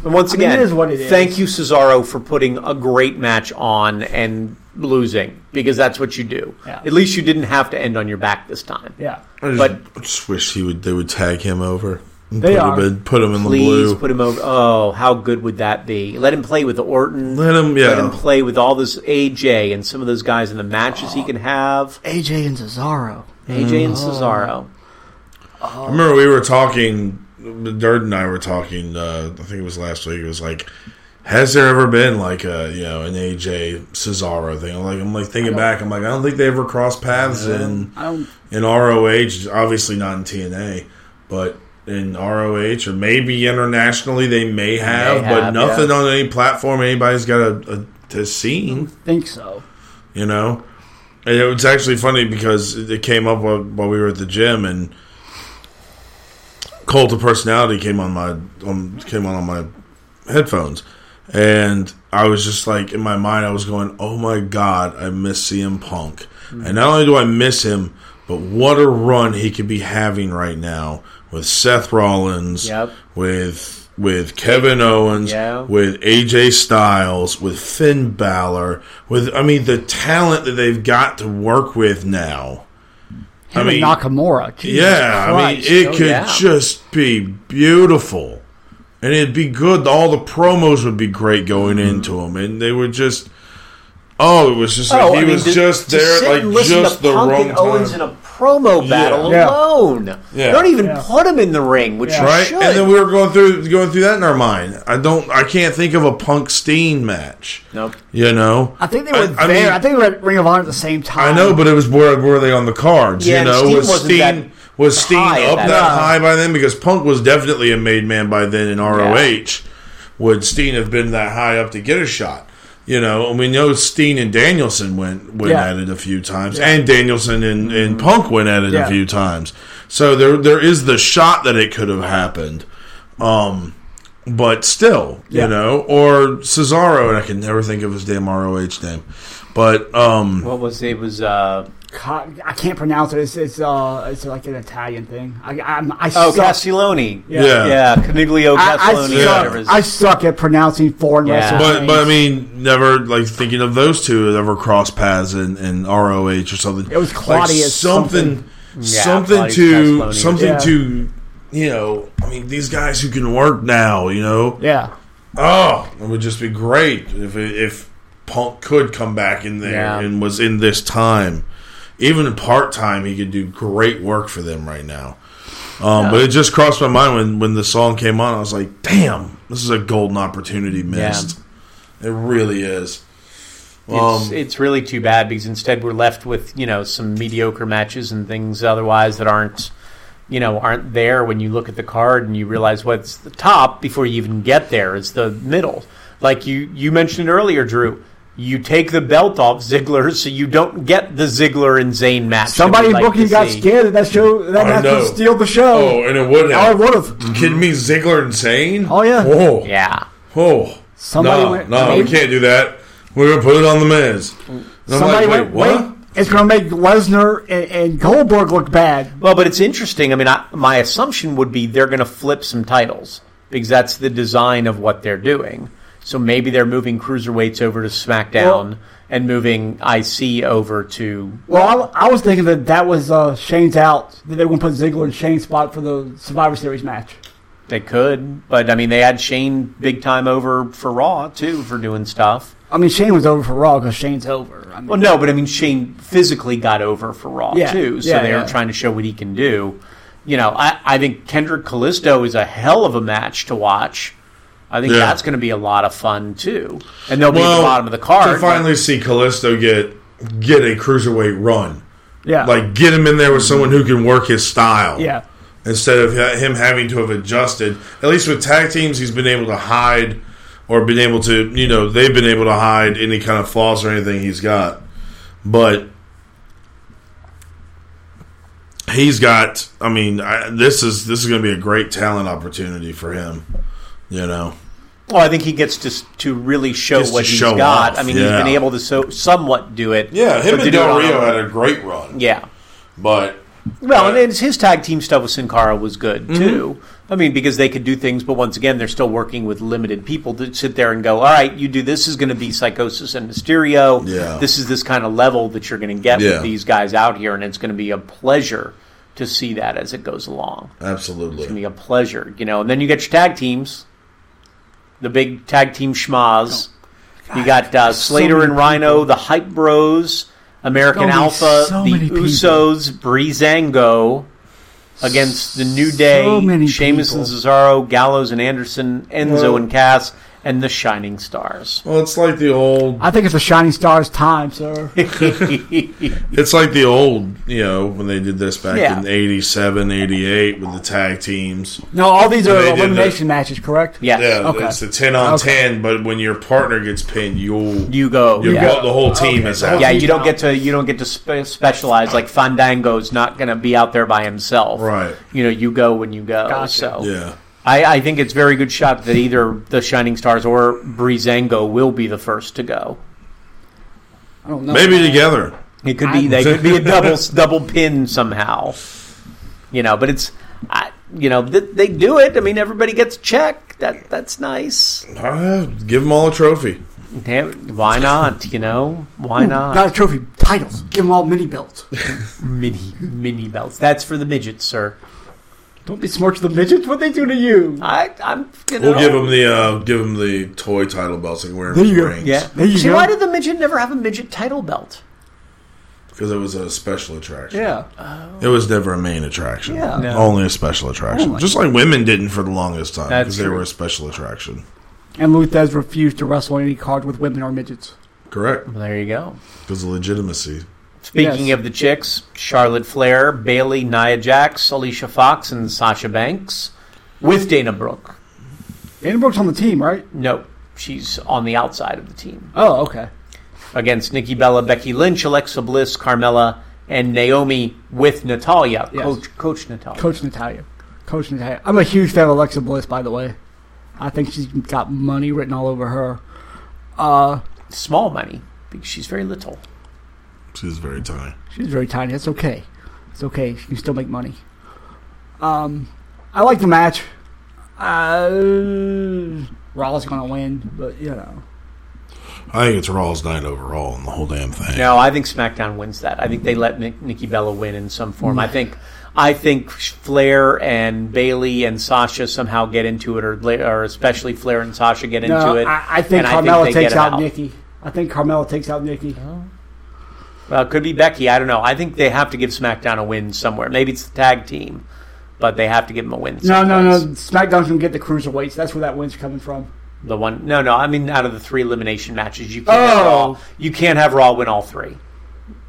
[SPEAKER 7] And once
[SPEAKER 8] I mean,
[SPEAKER 7] again,
[SPEAKER 8] it is what it
[SPEAKER 7] thank
[SPEAKER 8] is.
[SPEAKER 7] you, Cesaro, for putting a great match on and losing because that's what you do.
[SPEAKER 8] Yeah.
[SPEAKER 7] At least you didn't have to end on your back this time.
[SPEAKER 8] Yeah,
[SPEAKER 4] I just,
[SPEAKER 7] But-
[SPEAKER 4] I just wish he would they would tag him over. And
[SPEAKER 8] They
[SPEAKER 4] put
[SPEAKER 8] are.
[SPEAKER 4] him in, put him in
[SPEAKER 7] Please
[SPEAKER 4] the blue.
[SPEAKER 7] put him over. Oh, how good would that be? Let him play with Orton.
[SPEAKER 4] Let him-
[SPEAKER 7] Let him
[SPEAKER 4] yeah.
[SPEAKER 7] play with all this AJ and some of those guys in the matches he can have.
[SPEAKER 8] AJ and Cesaro.
[SPEAKER 7] AJ and Cesaro.
[SPEAKER 4] I remember we were talking, Dirt and I were talking. Uh, I think it was last week. It was like, has there ever been like a you know an AJ Cesaro thing? I'm like I'm like thinking back. I'm like I don't think they ever crossed paths in
[SPEAKER 8] I don't.
[SPEAKER 4] in ROH. Obviously not in TNA, but in ROH or maybe internationally they may have, but
[SPEAKER 7] have,
[SPEAKER 4] nothing on any platform anybody's got a, a, a seen
[SPEAKER 8] think so.
[SPEAKER 4] you know. And it was actually funny because it came up while, while we were at the gym, and cult of personality came on my on, came on on my headphones, and I was just like in my mind, I was going, "Oh my god, I miss CM Punk," and not only do I miss him, but what a run he could be having right now with Seth Rollins,
[SPEAKER 7] Yep.
[SPEAKER 4] with with Kevin Owens,
[SPEAKER 7] Yeah.
[SPEAKER 4] with AJ Styles, with Finn Balor, with I mean the talent that they've got to work with now. I
[SPEAKER 8] Him
[SPEAKER 4] mean,
[SPEAKER 8] and Nakamura. Jesus
[SPEAKER 4] yeah, I mean
[SPEAKER 8] Christ.
[SPEAKER 4] it
[SPEAKER 7] Oh,
[SPEAKER 4] could
[SPEAKER 7] yeah.
[SPEAKER 4] just be beautiful, and it'd be good. All the promos would be great going
[SPEAKER 7] Mm-hmm.
[SPEAKER 4] into 'em into them, and they would just. Oh, it was just like
[SPEAKER 7] Oh,
[SPEAKER 4] he
[SPEAKER 7] I mean,
[SPEAKER 4] was
[SPEAKER 7] to-
[SPEAKER 4] just
[SPEAKER 7] to
[SPEAKER 4] there,
[SPEAKER 7] sit
[SPEAKER 4] at,
[SPEAKER 7] and
[SPEAKER 4] like
[SPEAKER 7] listen
[SPEAKER 4] just
[SPEAKER 7] to
[SPEAKER 4] the
[SPEAKER 7] Punk
[SPEAKER 4] wrong
[SPEAKER 7] and Owens
[SPEAKER 4] time.
[SPEAKER 7] in a promo battle
[SPEAKER 8] Yeah.
[SPEAKER 7] alone.
[SPEAKER 4] Yeah.
[SPEAKER 7] Don't even
[SPEAKER 8] Yeah.
[SPEAKER 7] put him in the ring, which
[SPEAKER 8] Yeah.
[SPEAKER 7] you
[SPEAKER 4] right?
[SPEAKER 7] should.
[SPEAKER 4] And then we were going through going through that in our mind. I don't, I can't think of a Punk Steen match.
[SPEAKER 7] Nope.
[SPEAKER 4] You know,
[SPEAKER 8] I think they were
[SPEAKER 4] I
[SPEAKER 8] there.
[SPEAKER 4] mean-
[SPEAKER 8] I think they were at Ring of Honor at the same time.
[SPEAKER 4] I know, but it was where were they on the cards?
[SPEAKER 7] Yeah,
[SPEAKER 4] you
[SPEAKER 7] and
[SPEAKER 4] know,
[SPEAKER 7] Steen
[SPEAKER 4] was
[SPEAKER 7] wasn't that
[SPEAKER 4] Steen was Steen
[SPEAKER 7] high at
[SPEAKER 4] up
[SPEAKER 7] that
[SPEAKER 4] that,
[SPEAKER 7] time.
[SPEAKER 4] high by then because Punk was definitely a made man by then in ROH. Would Steen have been that high up to get a shot? You know, and we know Steen and Danielson went went
[SPEAKER 8] Yeah.
[SPEAKER 4] at it a few times, and Danielson and, and
[SPEAKER 7] Mm-hmm.
[SPEAKER 4] Punk went at it
[SPEAKER 8] Yeah.
[SPEAKER 4] a few times. So there there is the shot that it could have happened. Um, but still,
[SPEAKER 8] Yeah.
[SPEAKER 4] you know, or Cesaro, and I can never think of his damn ROH name. But um,
[SPEAKER 7] What was it? Was uh,
[SPEAKER 8] Ca- I can't pronounce it. It's it's uh it's like an Italian thing. I I'm, I
[SPEAKER 7] oh
[SPEAKER 8] suck.
[SPEAKER 7] Castiglione?
[SPEAKER 8] Yeah.
[SPEAKER 4] yeah.
[SPEAKER 7] Yeah, Caniglio
[SPEAKER 8] I, I
[SPEAKER 7] Castelloni.
[SPEAKER 4] Yeah.
[SPEAKER 7] whatever
[SPEAKER 8] suck.
[SPEAKER 7] his-
[SPEAKER 8] I suck at pronouncing foreign
[SPEAKER 7] Yeah.
[SPEAKER 8] wrestlers.
[SPEAKER 4] But but I mean, never like thinking of those two had ever crossed paths in, in ROH or something.
[SPEAKER 8] It was Claudius
[SPEAKER 4] something something,
[SPEAKER 7] Claudius
[SPEAKER 4] to
[SPEAKER 7] Castelloni.
[SPEAKER 4] something
[SPEAKER 8] Yeah.
[SPEAKER 4] to you know. I mean, these guys who can work now, you know.
[SPEAKER 8] yeah,
[SPEAKER 4] Oh, it would just be great if if Punk could come back in there
[SPEAKER 7] Yeah.
[SPEAKER 4] and was in this time. Even part time, he could do great work for them right now. Um, But it just crossed my mind when when the song came on. I was like, "Damn, this is a golden opportunity missed. It really is."
[SPEAKER 7] It's, it's really too bad because instead we're left with you know some mediocre matches and things otherwise that aren't you know aren't there when you look at the card and you realize what's the top before you even get there is the middle. Like you you mentioned earlier, Drew. You take the belt off Ziggler, so you don't get the Ziggler and Zayn match. that we
[SPEAKER 8] Somebody in
[SPEAKER 7] like
[SPEAKER 8] booking
[SPEAKER 7] to
[SPEAKER 8] got
[SPEAKER 7] see.
[SPEAKER 8] scared that that show that
[SPEAKER 4] I
[SPEAKER 8] match would
[SPEAKER 4] know.
[SPEAKER 8] steal the show.
[SPEAKER 4] Oh, and it would
[SPEAKER 8] I
[SPEAKER 4] have.
[SPEAKER 8] would have.
[SPEAKER 4] Kidding me? Ziggler and Zayn?
[SPEAKER 8] Oh, yeah.
[SPEAKER 4] Oh
[SPEAKER 7] Yeah,
[SPEAKER 4] Oh.
[SPEAKER 8] Somebody
[SPEAKER 4] no,
[SPEAKER 8] went-
[SPEAKER 4] no, we can't do that. We're gonna put it on the Miz. And I'm
[SPEAKER 8] Somebody
[SPEAKER 4] like, wait,
[SPEAKER 8] went,
[SPEAKER 4] what?
[SPEAKER 8] wait, it's going to make Lesnar and, and Goldberg look bad.
[SPEAKER 7] Well, but it's interesting. I mean, I, my assumption would be they're going to flip some titles because that's the design of what they're doing. So maybe they're moving cruiserweights over to SmackDown
[SPEAKER 8] Well-
[SPEAKER 7] and moving IC over to.
[SPEAKER 8] Well, I, I was thinking that that was uh, Shane's out. That they were going to put Ziggler in Shane's spot for the Survivor Series match.
[SPEAKER 7] They could, but I mean, they had Shane big time over for Raw too for doing stuff.
[SPEAKER 8] I mean, Shane was over for Raw because Shane's over. I mean,
[SPEAKER 7] Well, no, but I mean, Shane physically got over for Raw
[SPEAKER 8] Yeah,
[SPEAKER 7] too, so
[SPEAKER 8] yeah,
[SPEAKER 7] they
[SPEAKER 8] yeah.
[SPEAKER 7] are trying to show what he can do. You know, I, I think Kendrick Callisto is a hell of a match to watch. I think
[SPEAKER 4] Yeah.
[SPEAKER 7] that's going to be a lot of fun too, and they'll be at
[SPEAKER 4] Well,
[SPEAKER 7] the bottom of the card.
[SPEAKER 4] To finally see Callisto get get a cruiserweight run,
[SPEAKER 8] yeah,
[SPEAKER 4] like get him in there with someone who can work his style.
[SPEAKER 8] yeah,
[SPEAKER 4] instead of ha- him having to have adjusted. At least with tag teams, he's been able to hide or been able to, you know, they've been able to hide any kind of flaws or anything he's got. But he's got. I mean, I, this is this is going to be a great talent opportunity for him. You know,
[SPEAKER 7] well, I think he gets to s- to really show
[SPEAKER 4] Gets to
[SPEAKER 7] what he's
[SPEAKER 4] show
[SPEAKER 7] got.
[SPEAKER 4] off,
[SPEAKER 7] I mean,
[SPEAKER 4] yeah.
[SPEAKER 7] he's been able to so somewhat do it.
[SPEAKER 4] yeah, him
[SPEAKER 7] but to
[SPEAKER 4] and
[SPEAKER 7] do it
[SPEAKER 4] Del
[SPEAKER 7] on
[SPEAKER 4] Rio
[SPEAKER 7] a-
[SPEAKER 4] had a great run.
[SPEAKER 7] yeah.
[SPEAKER 4] but Mm-hmm.
[SPEAKER 7] Well, and
[SPEAKER 4] Uh,
[SPEAKER 7] it's his tag team stuff with Sin Cara was good too. I mean, because they could do things, but once again, they're still working with limited people to sit there and go, "All right, you do this is going to be Psychosis and Mysterio.
[SPEAKER 4] Yeah.
[SPEAKER 7] This is this kind of level that you're going to get
[SPEAKER 4] Yeah.
[SPEAKER 7] with these guys out here, and it's going to be a pleasure to see that as it goes along.
[SPEAKER 4] absolutely,
[SPEAKER 7] It's going to be a pleasure, you know. And then you get your tag teams, the big tag team schmas. you got uh, Slater
[SPEAKER 8] Oh, many
[SPEAKER 7] and Rhino, the Hype Bros, American
[SPEAKER 8] There'll be
[SPEAKER 7] Alpha,
[SPEAKER 8] so
[SPEAKER 7] the
[SPEAKER 8] many people.
[SPEAKER 7] Usos, Breezango against the New Day,
[SPEAKER 8] many
[SPEAKER 7] Sheamus
[SPEAKER 8] people.
[SPEAKER 7] and Cesaro, Gallows and Anderson, Enzo
[SPEAKER 4] Well-
[SPEAKER 7] and Cass, and the Shining Stars.
[SPEAKER 4] well, it's like the old
[SPEAKER 8] I think it's a shining star's time, sir.
[SPEAKER 4] It's like the old, you know, when they did this back
[SPEAKER 7] Yeah.
[SPEAKER 4] in 87, 88 with the tag teams.
[SPEAKER 8] no, all these are
[SPEAKER 4] They did
[SPEAKER 8] elimination matches, correct?
[SPEAKER 7] yes.
[SPEAKER 4] Yeah,
[SPEAKER 8] Okay.
[SPEAKER 4] it's the 10 on
[SPEAKER 8] Okay.
[SPEAKER 4] 10, but when your partner gets pinned, you'll,
[SPEAKER 7] You go.
[SPEAKER 4] you'll
[SPEAKER 7] yeah.
[SPEAKER 4] go- the whole team is out.
[SPEAKER 7] Yeah, you don't get to you don't get to spe- specialize. Like Fandango's not going to be out there by himself.
[SPEAKER 4] Right.
[SPEAKER 7] You know, you go when you go.
[SPEAKER 8] Gotcha.
[SPEAKER 7] So
[SPEAKER 4] Yeah.
[SPEAKER 7] I, I think it's very good shot that either the Shining Stars or Breezango will be the first to go.
[SPEAKER 8] I don't know.
[SPEAKER 4] Maybe together.
[SPEAKER 7] It could be they could be a double double pin somehow. You know, but it's I, you know th- they do it. I mean, everybody gets checked. That that's nice.
[SPEAKER 4] Ah, give them all a trophy.
[SPEAKER 7] Yeah, Why not? You know, why not?
[SPEAKER 8] Not a trophy, titles. Give them all mini belts.
[SPEAKER 7] mini mini belts. That's for the midgets, sir.
[SPEAKER 8] Don't be smart to the midgets. What they do to you?
[SPEAKER 7] I I'm you know,
[SPEAKER 4] We'll give 'em give them the uh, give 'em the toy title belts they can wear
[SPEAKER 8] There you
[SPEAKER 4] for
[SPEAKER 8] go.
[SPEAKER 4] rings.
[SPEAKER 7] Yeah.
[SPEAKER 8] There you
[SPEAKER 7] See,
[SPEAKER 8] go.
[SPEAKER 7] why did the midget never have a midget title belt?
[SPEAKER 4] Because it was a special attraction.
[SPEAKER 8] Yeah.
[SPEAKER 4] It was never a main attraction.
[SPEAKER 8] Yeah. No.
[SPEAKER 4] Only a special attraction. Just like women didn't for the longest time
[SPEAKER 7] That's
[SPEAKER 4] because they
[SPEAKER 7] true.
[SPEAKER 4] were a special attraction.
[SPEAKER 8] And Luthez refused to wrestle any card with women or midgets.
[SPEAKER 4] Correct.
[SPEAKER 7] There you go.
[SPEAKER 4] Because of legitimacy.
[SPEAKER 7] Speaking
[SPEAKER 8] Yes.
[SPEAKER 7] of the chicks, Charlotte Flair, Bailey, Nia Jax, Alicia Fox, and Sasha Banks with Dana Brooke.
[SPEAKER 8] Dana Brooke's on the team, right?
[SPEAKER 7] No, she's on the outside of the team.
[SPEAKER 8] Oh, okay.
[SPEAKER 7] Against Nikki Bella, Becky Lynch, Alexa Bliss, Carmella, and Naomi with Natalia,
[SPEAKER 8] Yes.
[SPEAKER 7] Coach, Coach Natalia.
[SPEAKER 8] Coach Natalia. Coach Natalia. I'm a huge fan of Alexa Bliss, by the way. I think she's got money written all over her. Uh,
[SPEAKER 7] Small money, because she's very little.
[SPEAKER 4] She's very tiny.
[SPEAKER 8] she's very tiny. That's okay. It's okay. She can still make money. Um, I like the match. Uh, Raw's gonna win, but you know,
[SPEAKER 4] I think it's Raw's night overall and the whole damn thing.
[SPEAKER 7] No, I think SmackDown wins that. I think they let Nick, Nikki Bella win in some form. I think, I think Flair and Bailey and Sasha somehow get into it, or la- or especially Flair and Sasha get into
[SPEAKER 8] no,
[SPEAKER 7] it.
[SPEAKER 8] I, I think
[SPEAKER 7] and
[SPEAKER 8] Carmella
[SPEAKER 7] they
[SPEAKER 8] takes
[SPEAKER 7] get 'em
[SPEAKER 8] out, Nikki. I think Carmella takes out Nikki.
[SPEAKER 7] Well, it could be Becky. I don't know. I think they have to give SmackDown a win somewhere. Maybe it's the tag team, but they have to give them a win.
[SPEAKER 8] No, no, no.
[SPEAKER 7] someplace.
[SPEAKER 8] SmackDown's gonna get the cruiserweights. That's where that win's coming from.
[SPEAKER 7] The one, no, no. I mean, out of the three elimination matches, you can't have
[SPEAKER 8] Oh.
[SPEAKER 7] Raw. You can't have Raw win all three.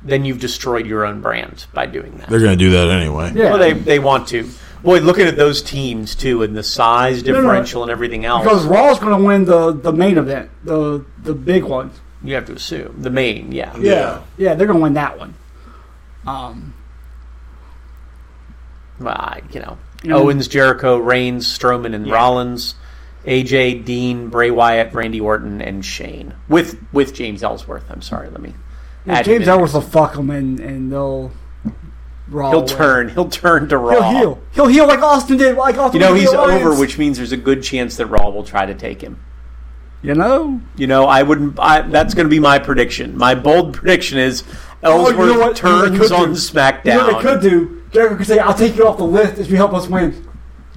[SPEAKER 7] then you've destroyed your own brand by doing that.
[SPEAKER 4] They're going to do that anyway.
[SPEAKER 8] Yeah.
[SPEAKER 7] Well, they they want to. Boy, looking at those teams too, and the size
[SPEAKER 8] no, no.
[SPEAKER 7] differential and everything else,
[SPEAKER 8] Because Raw's going to win the, the main event, the the big one.
[SPEAKER 7] you have to assume the main. Yeah,
[SPEAKER 8] Yeah, they're going to win that one. Um,
[SPEAKER 7] Uh, you know, Owens, Jericho, Reigns, Strowman, and Rollins, AJ, Dean, Bray Wyatt, Randy Orton, and Shane with with James Ellsworth. I'm sorry, let me. add him
[SPEAKER 8] James
[SPEAKER 7] in.
[SPEAKER 8] Edwards will fuck them and, and they'll. Raw
[SPEAKER 7] He'll
[SPEAKER 8] will win.
[SPEAKER 7] turn. He'll turn to
[SPEAKER 8] He'll
[SPEAKER 7] Raw.
[SPEAKER 8] heal. He'll heal like Austin did. Like Austin
[SPEAKER 7] You know
[SPEAKER 8] did
[SPEAKER 7] he's
[SPEAKER 8] the Alliance.
[SPEAKER 7] over, which means there's a good chance that Raw will try to take him.
[SPEAKER 8] You know?
[SPEAKER 7] You know, I wouldn't. I, that's going to be my prediction. My bold prediction is Ellsworth
[SPEAKER 8] Oh, you know what? You know what they
[SPEAKER 7] turns
[SPEAKER 8] could
[SPEAKER 7] on
[SPEAKER 8] do?
[SPEAKER 7] SmackDown.
[SPEAKER 8] You know what they could do? Jericho could say, I'll take you off the list if you help us win.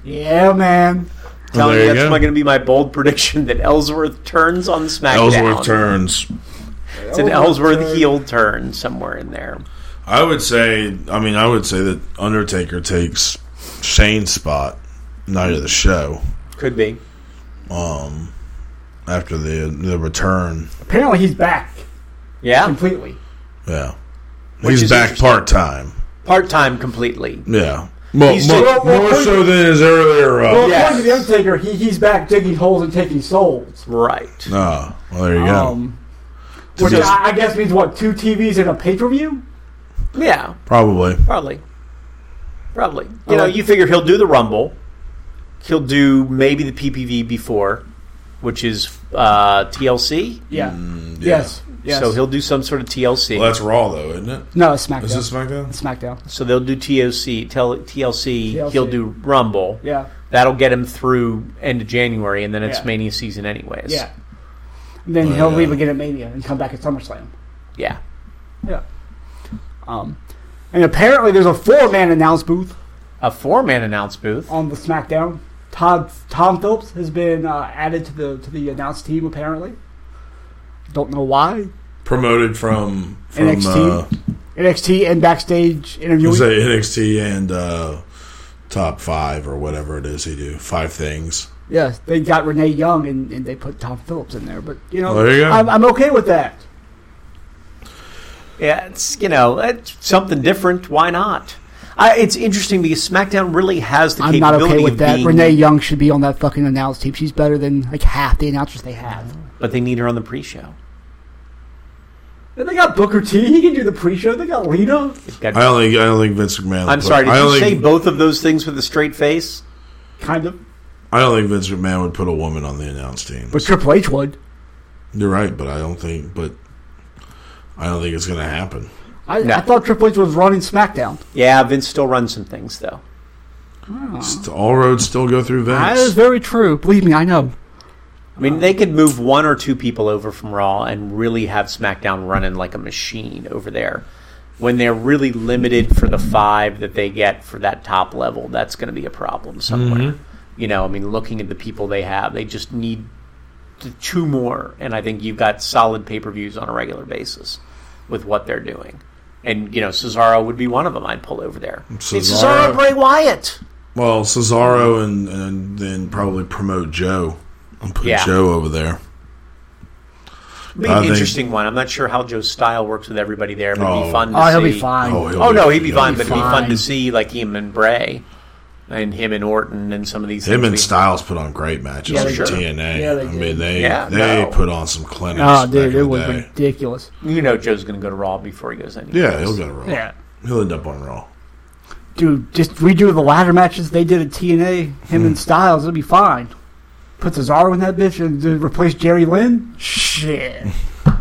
[SPEAKER 8] Yeah, man.
[SPEAKER 7] Telling
[SPEAKER 4] There
[SPEAKER 7] you,
[SPEAKER 4] you
[SPEAKER 7] that's
[SPEAKER 4] go.
[SPEAKER 7] going to be my bold prediction that Ellsworth turns on SmackDown.
[SPEAKER 4] Ellsworth turns.
[SPEAKER 7] It's an Ellsworth heel turn somewhere in there.
[SPEAKER 4] I would say, I mean, I would say that Undertaker takes Shane's spot night of the show
[SPEAKER 7] Could be.
[SPEAKER 4] after the the return.
[SPEAKER 8] Apparently he's back
[SPEAKER 7] Yeah.
[SPEAKER 8] completely.
[SPEAKER 4] Yeah.
[SPEAKER 7] is
[SPEAKER 4] He's back
[SPEAKER 7] interesting.
[SPEAKER 4] part time.
[SPEAKER 7] Part time completely.
[SPEAKER 4] Yeah. Mo-
[SPEAKER 7] He's
[SPEAKER 4] mo-
[SPEAKER 7] still-
[SPEAKER 4] more so than his earlier. Uh,
[SPEAKER 8] Well,
[SPEAKER 7] Yeah.
[SPEAKER 8] according to The Undertaker, he, he's back digging holes and taking souls.
[SPEAKER 7] Right.
[SPEAKER 4] Ah, well, there you go.
[SPEAKER 8] Um, which
[SPEAKER 4] be-
[SPEAKER 8] I, I guess means, what, two TVs and a pay-per-view?
[SPEAKER 7] Yeah.
[SPEAKER 4] Probably.
[SPEAKER 7] Probably. Probably. You
[SPEAKER 8] I
[SPEAKER 7] know,
[SPEAKER 8] like-
[SPEAKER 7] you figure he'll do the Rumble. He'll do maybe the PPV before, which is uh, TLC.
[SPEAKER 8] Yeah.
[SPEAKER 4] Mm,
[SPEAKER 8] Yes. Yes.
[SPEAKER 7] So he'll do some sort of TLC.
[SPEAKER 4] Well, that's Raw though, isn't it?
[SPEAKER 8] No, it's SmackDown.
[SPEAKER 4] Is this SmackDown?
[SPEAKER 8] SmackDown.
[SPEAKER 7] so they'll do TOC, tell, TLC,
[SPEAKER 8] TLC.
[SPEAKER 7] He'll do Rumble.
[SPEAKER 8] Yeah.
[SPEAKER 7] That'll get him through end of January, and then it's
[SPEAKER 8] Yeah.
[SPEAKER 7] Mania season, anyways.
[SPEAKER 8] Yeah. And then he'll leave again at Mania and come back at SummerSlam.
[SPEAKER 7] Yeah.
[SPEAKER 8] Yeah. Um, and apparently there's a four-man announce booth
[SPEAKER 7] A four man announce booth.
[SPEAKER 8] on the SmackDown. Todd Tom Phillips has been uh, added to the to the announce team apparently. Don't know why.
[SPEAKER 4] Promoted from from uh,
[SPEAKER 8] NXT, NXT, and backstage
[SPEAKER 4] I
[SPEAKER 8] interviewing.
[SPEAKER 4] say NXT and uh, top five or whatever it is he do five things.
[SPEAKER 8] Yes, they got Renee Young and, and they put Tom Phillips in there, but you know,
[SPEAKER 4] There you go.
[SPEAKER 8] I'm, I'm okay with that.
[SPEAKER 7] Yeah, it's you know it's something different. Why not? I, it's interesting because SmackDown really has the
[SPEAKER 8] I'm not
[SPEAKER 7] capability
[SPEAKER 8] okay with
[SPEAKER 7] of
[SPEAKER 8] that.
[SPEAKER 7] being,
[SPEAKER 8] Renee Young should be on that fucking announce team. She's better than like half the announcers they have.
[SPEAKER 7] but they need her on the pre-show.
[SPEAKER 8] And they got Booker T. He can do the pre-show. They got Lita.
[SPEAKER 7] They've got-
[SPEAKER 4] I don't think I don't think Vince McMahon. would
[SPEAKER 7] I'm
[SPEAKER 4] put-
[SPEAKER 7] sorry, did
[SPEAKER 4] I
[SPEAKER 7] you
[SPEAKER 4] don't
[SPEAKER 7] say
[SPEAKER 4] think,
[SPEAKER 7] both of those things with a straight face?
[SPEAKER 8] Kind of.
[SPEAKER 4] I don't think Vince McMahon would put a woman on the announce team.
[SPEAKER 8] But Triple H would.
[SPEAKER 4] You're right, but I don't think. But I don't think it's going to happen.
[SPEAKER 8] I,
[SPEAKER 7] No.
[SPEAKER 8] I thought Triple H was running SmackDown.
[SPEAKER 7] Yeah, Vince still runs some things though.
[SPEAKER 4] St- All roads still go through
[SPEAKER 8] That is
[SPEAKER 4] Vince.
[SPEAKER 8] very true. Believe me, I know.
[SPEAKER 7] I mean, they could move one or two people over from Raw and really have SmackDown running like a machine over there. When they're really limited for the five that they get for that top level, that's going to be a problem somewhere.
[SPEAKER 4] Mm-hmm.
[SPEAKER 7] You know, I mean, looking at the people they have, they just need t- two more, and I think you've got solid pay per views on a regular basis with what they're doing. And you know, Cesaro would be one of them. I'd pull over there. Cesaro, it's
[SPEAKER 4] Cesaro-
[SPEAKER 7] Cesaro Bray Wyatt.
[SPEAKER 4] Well, Cesaro and and then probably promote Joe and put
[SPEAKER 7] Yeah.
[SPEAKER 4] Joe over there.
[SPEAKER 7] Be an
[SPEAKER 4] I think-
[SPEAKER 7] interesting one. I'm not sure how Joe's style works with everybody there, but it'd be
[SPEAKER 4] Oh.
[SPEAKER 7] fun. To
[SPEAKER 8] Oh, he'll be
[SPEAKER 7] see.
[SPEAKER 8] fine.
[SPEAKER 4] Oh, he'll
[SPEAKER 7] Oh no, he'd be fine, but it'd be
[SPEAKER 8] fine.
[SPEAKER 7] fun to see like him and Bray, and him and Orton, and some of these.
[SPEAKER 4] Him
[SPEAKER 7] things
[SPEAKER 4] and
[SPEAKER 7] we-
[SPEAKER 4] Styles put on great matches
[SPEAKER 8] Yeah,
[SPEAKER 4] yeah,
[SPEAKER 8] they
[SPEAKER 7] did.
[SPEAKER 4] TNA.
[SPEAKER 8] Yeah, they
[SPEAKER 4] I
[SPEAKER 8] did.
[SPEAKER 4] mean, they
[SPEAKER 7] Yeah,
[SPEAKER 4] they
[SPEAKER 7] no.
[SPEAKER 4] put on some clinics.
[SPEAKER 8] Oh,
[SPEAKER 4] back
[SPEAKER 8] dude,
[SPEAKER 4] in
[SPEAKER 8] it
[SPEAKER 4] the
[SPEAKER 8] was
[SPEAKER 4] day.
[SPEAKER 8] ridiculous.
[SPEAKER 7] You know, Joe's going to go to Raw before he goes anywhere.
[SPEAKER 4] Yeah, he'll go to Raw. He'll end up on Raw.
[SPEAKER 8] Dude, just redo the ladder matches they did at TNA, him
[SPEAKER 4] Hmm.
[SPEAKER 8] and Styles, it'll be fine. Put Cesaro in that bitch and uh, replace Jerry Lynn? Shit.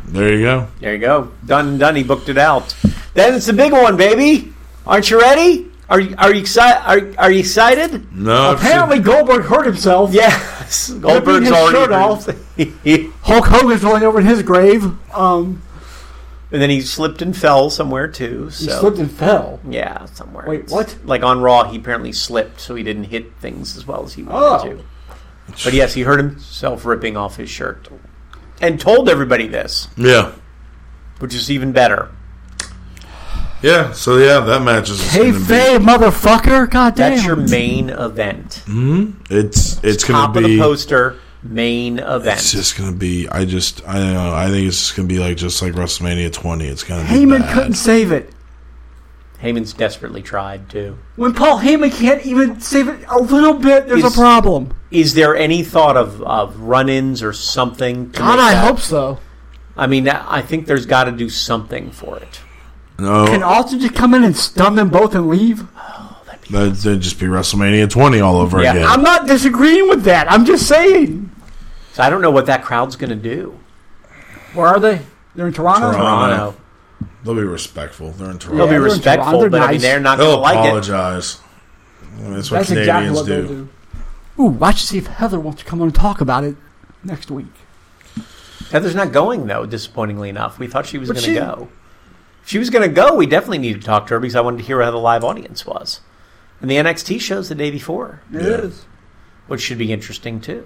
[SPEAKER 4] There you go.
[SPEAKER 7] There you go, done and done. He booked it out. Then it's the big one, baby. Aren't you ready? Are you are you excited? Are, are you excited?
[SPEAKER 4] No, I've
[SPEAKER 8] Apparently Goldberg hurt himself.
[SPEAKER 7] Yes. Goldberg's
[SPEAKER 8] his
[SPEAKER 7] already.
[SPEAKER 8] shirt off.
[SPEAKER 7] agreed.
[SPEAKER 8] Hulk Hogan's rolling over in his grave. Um,
[SPEAKER 7] and then he slipped and fell somewhere too. So
[SPEAKER 8] he slipped and fell.
[SPEAKER 7] yeah, somewhere.
[SPEAKER 8] Wait,
[SPEAKER 7] It's-
[SPEAKER 8] what?
[SPEAKER 7] Like on Raw, he apparently slipped, so he didn't hit things as well as he
[SPEAKER 8] Oh.
[SPEAKER 7] wanted to. But yes, he heard himself ripping off his shirt and told everybody this,
[SPEAKER 4] seen- yeah,
[SPEAKER 7] which is even better.
[SPEAKER 4] yeah. So yeah, that match is
[SPEAKER 8] Hey,
[SPEAKER 4] gonna be-
[SPEAKER 8] Faye, motherfucker. God damn.
[SPEAKER 7] That's your main event.
[SPEAKER 4] Mm, It's it's
[SPEAKER 7] Top
[SPEAKER 4] gonna
[SPEAKER 7] of the
[SPEAKER 4] be
[SPEAKER 7] poster. main event.
[SPEAKER 4] It's just gonna be. I just. I don't know. I think it's just gonna be like just like WrestleMania 20. It's gonna. be
[SPEAKER 8] Heyman
[SPEAKER 4] bad.
[SPEAKER 8] couldn't save it.
[SPEAKER 7] Heyman's desperately tried to.
[SPEAKER 8] When Paul Heyman can't even save it a little bit, there's
[SPEAKER 7] Is-
[SPEAKER 8] a problem.
[SPEAKER 7] Is there any thought of, of run ins or something? to
[SPEAKER 8] God,
[SPEAKER 7] make
[SPEAKER 8] I
[SPEAKER 7] that-
[SPEAKER 8] hope so.
[SPEAKER 7] I mean, I think there's got to do something for it.
[SPEAKER 4] No,
[SPEAKER 8] Can Austin just come in and stun them both and leave?
[SPEAKER 4] that'd, that'd just be WrestleMania 20 all over
[SPEAKER 7] Yeah,
[SPEAKER 4] again.
[SPEAKER 8] I'm not disagreeing with that. I'm just saying.
[SPEAKER 7] So I don't know what that crowd's going to do.
[SPEAKER 8] Where are they? They're in Toronto.
[SPEAKER 4] Toronto.
[SPEAKER 7] Toronto.
[SPEAKER 4] They'll be respectful. They're in
[SPEAKER 7] They'll
[SPEAKER 4] Toronto.
[SPEAKER 7] be
[SPEAKER 8] they're in
[SPEAKER 7] respectful,
[SPEAKER 8] Toronto. They're
[SPEAKER 7] but I mean,
[SPEAKER 8] nice.
[SPEAKER 7] they're not
[SPEAKER 4] They'll
[SPEAKER 7] going to like it.
[SPEAKER 4] apologize. That's what
[SPEAKER 8] That's exactly
[SPEAKER 4] Canadians
[SPEAKER 8] what they'll
[SPEAKER 4] do.
[SPEAKER 8] do. Ooh, watch to see if Heather wants to come on and talk about it next week.
[SPEAKER 7] Heather's not going, though, disappointingly enough. We thought she was
[SPEAKER 8] But
[SPEAKER 7] going to
[SPEAKER 8] she-
[SPEAKER 7] go. If she was going to go, we definitely needed to talk to her because I wanted to hear how the live audience was. And the NXT shows the day before,
[SPEAKER 8] It
[SPEAKER 4] Yeah.
[SPEAKER 8] is.
[SPEAKER 7] which should be interesting, too.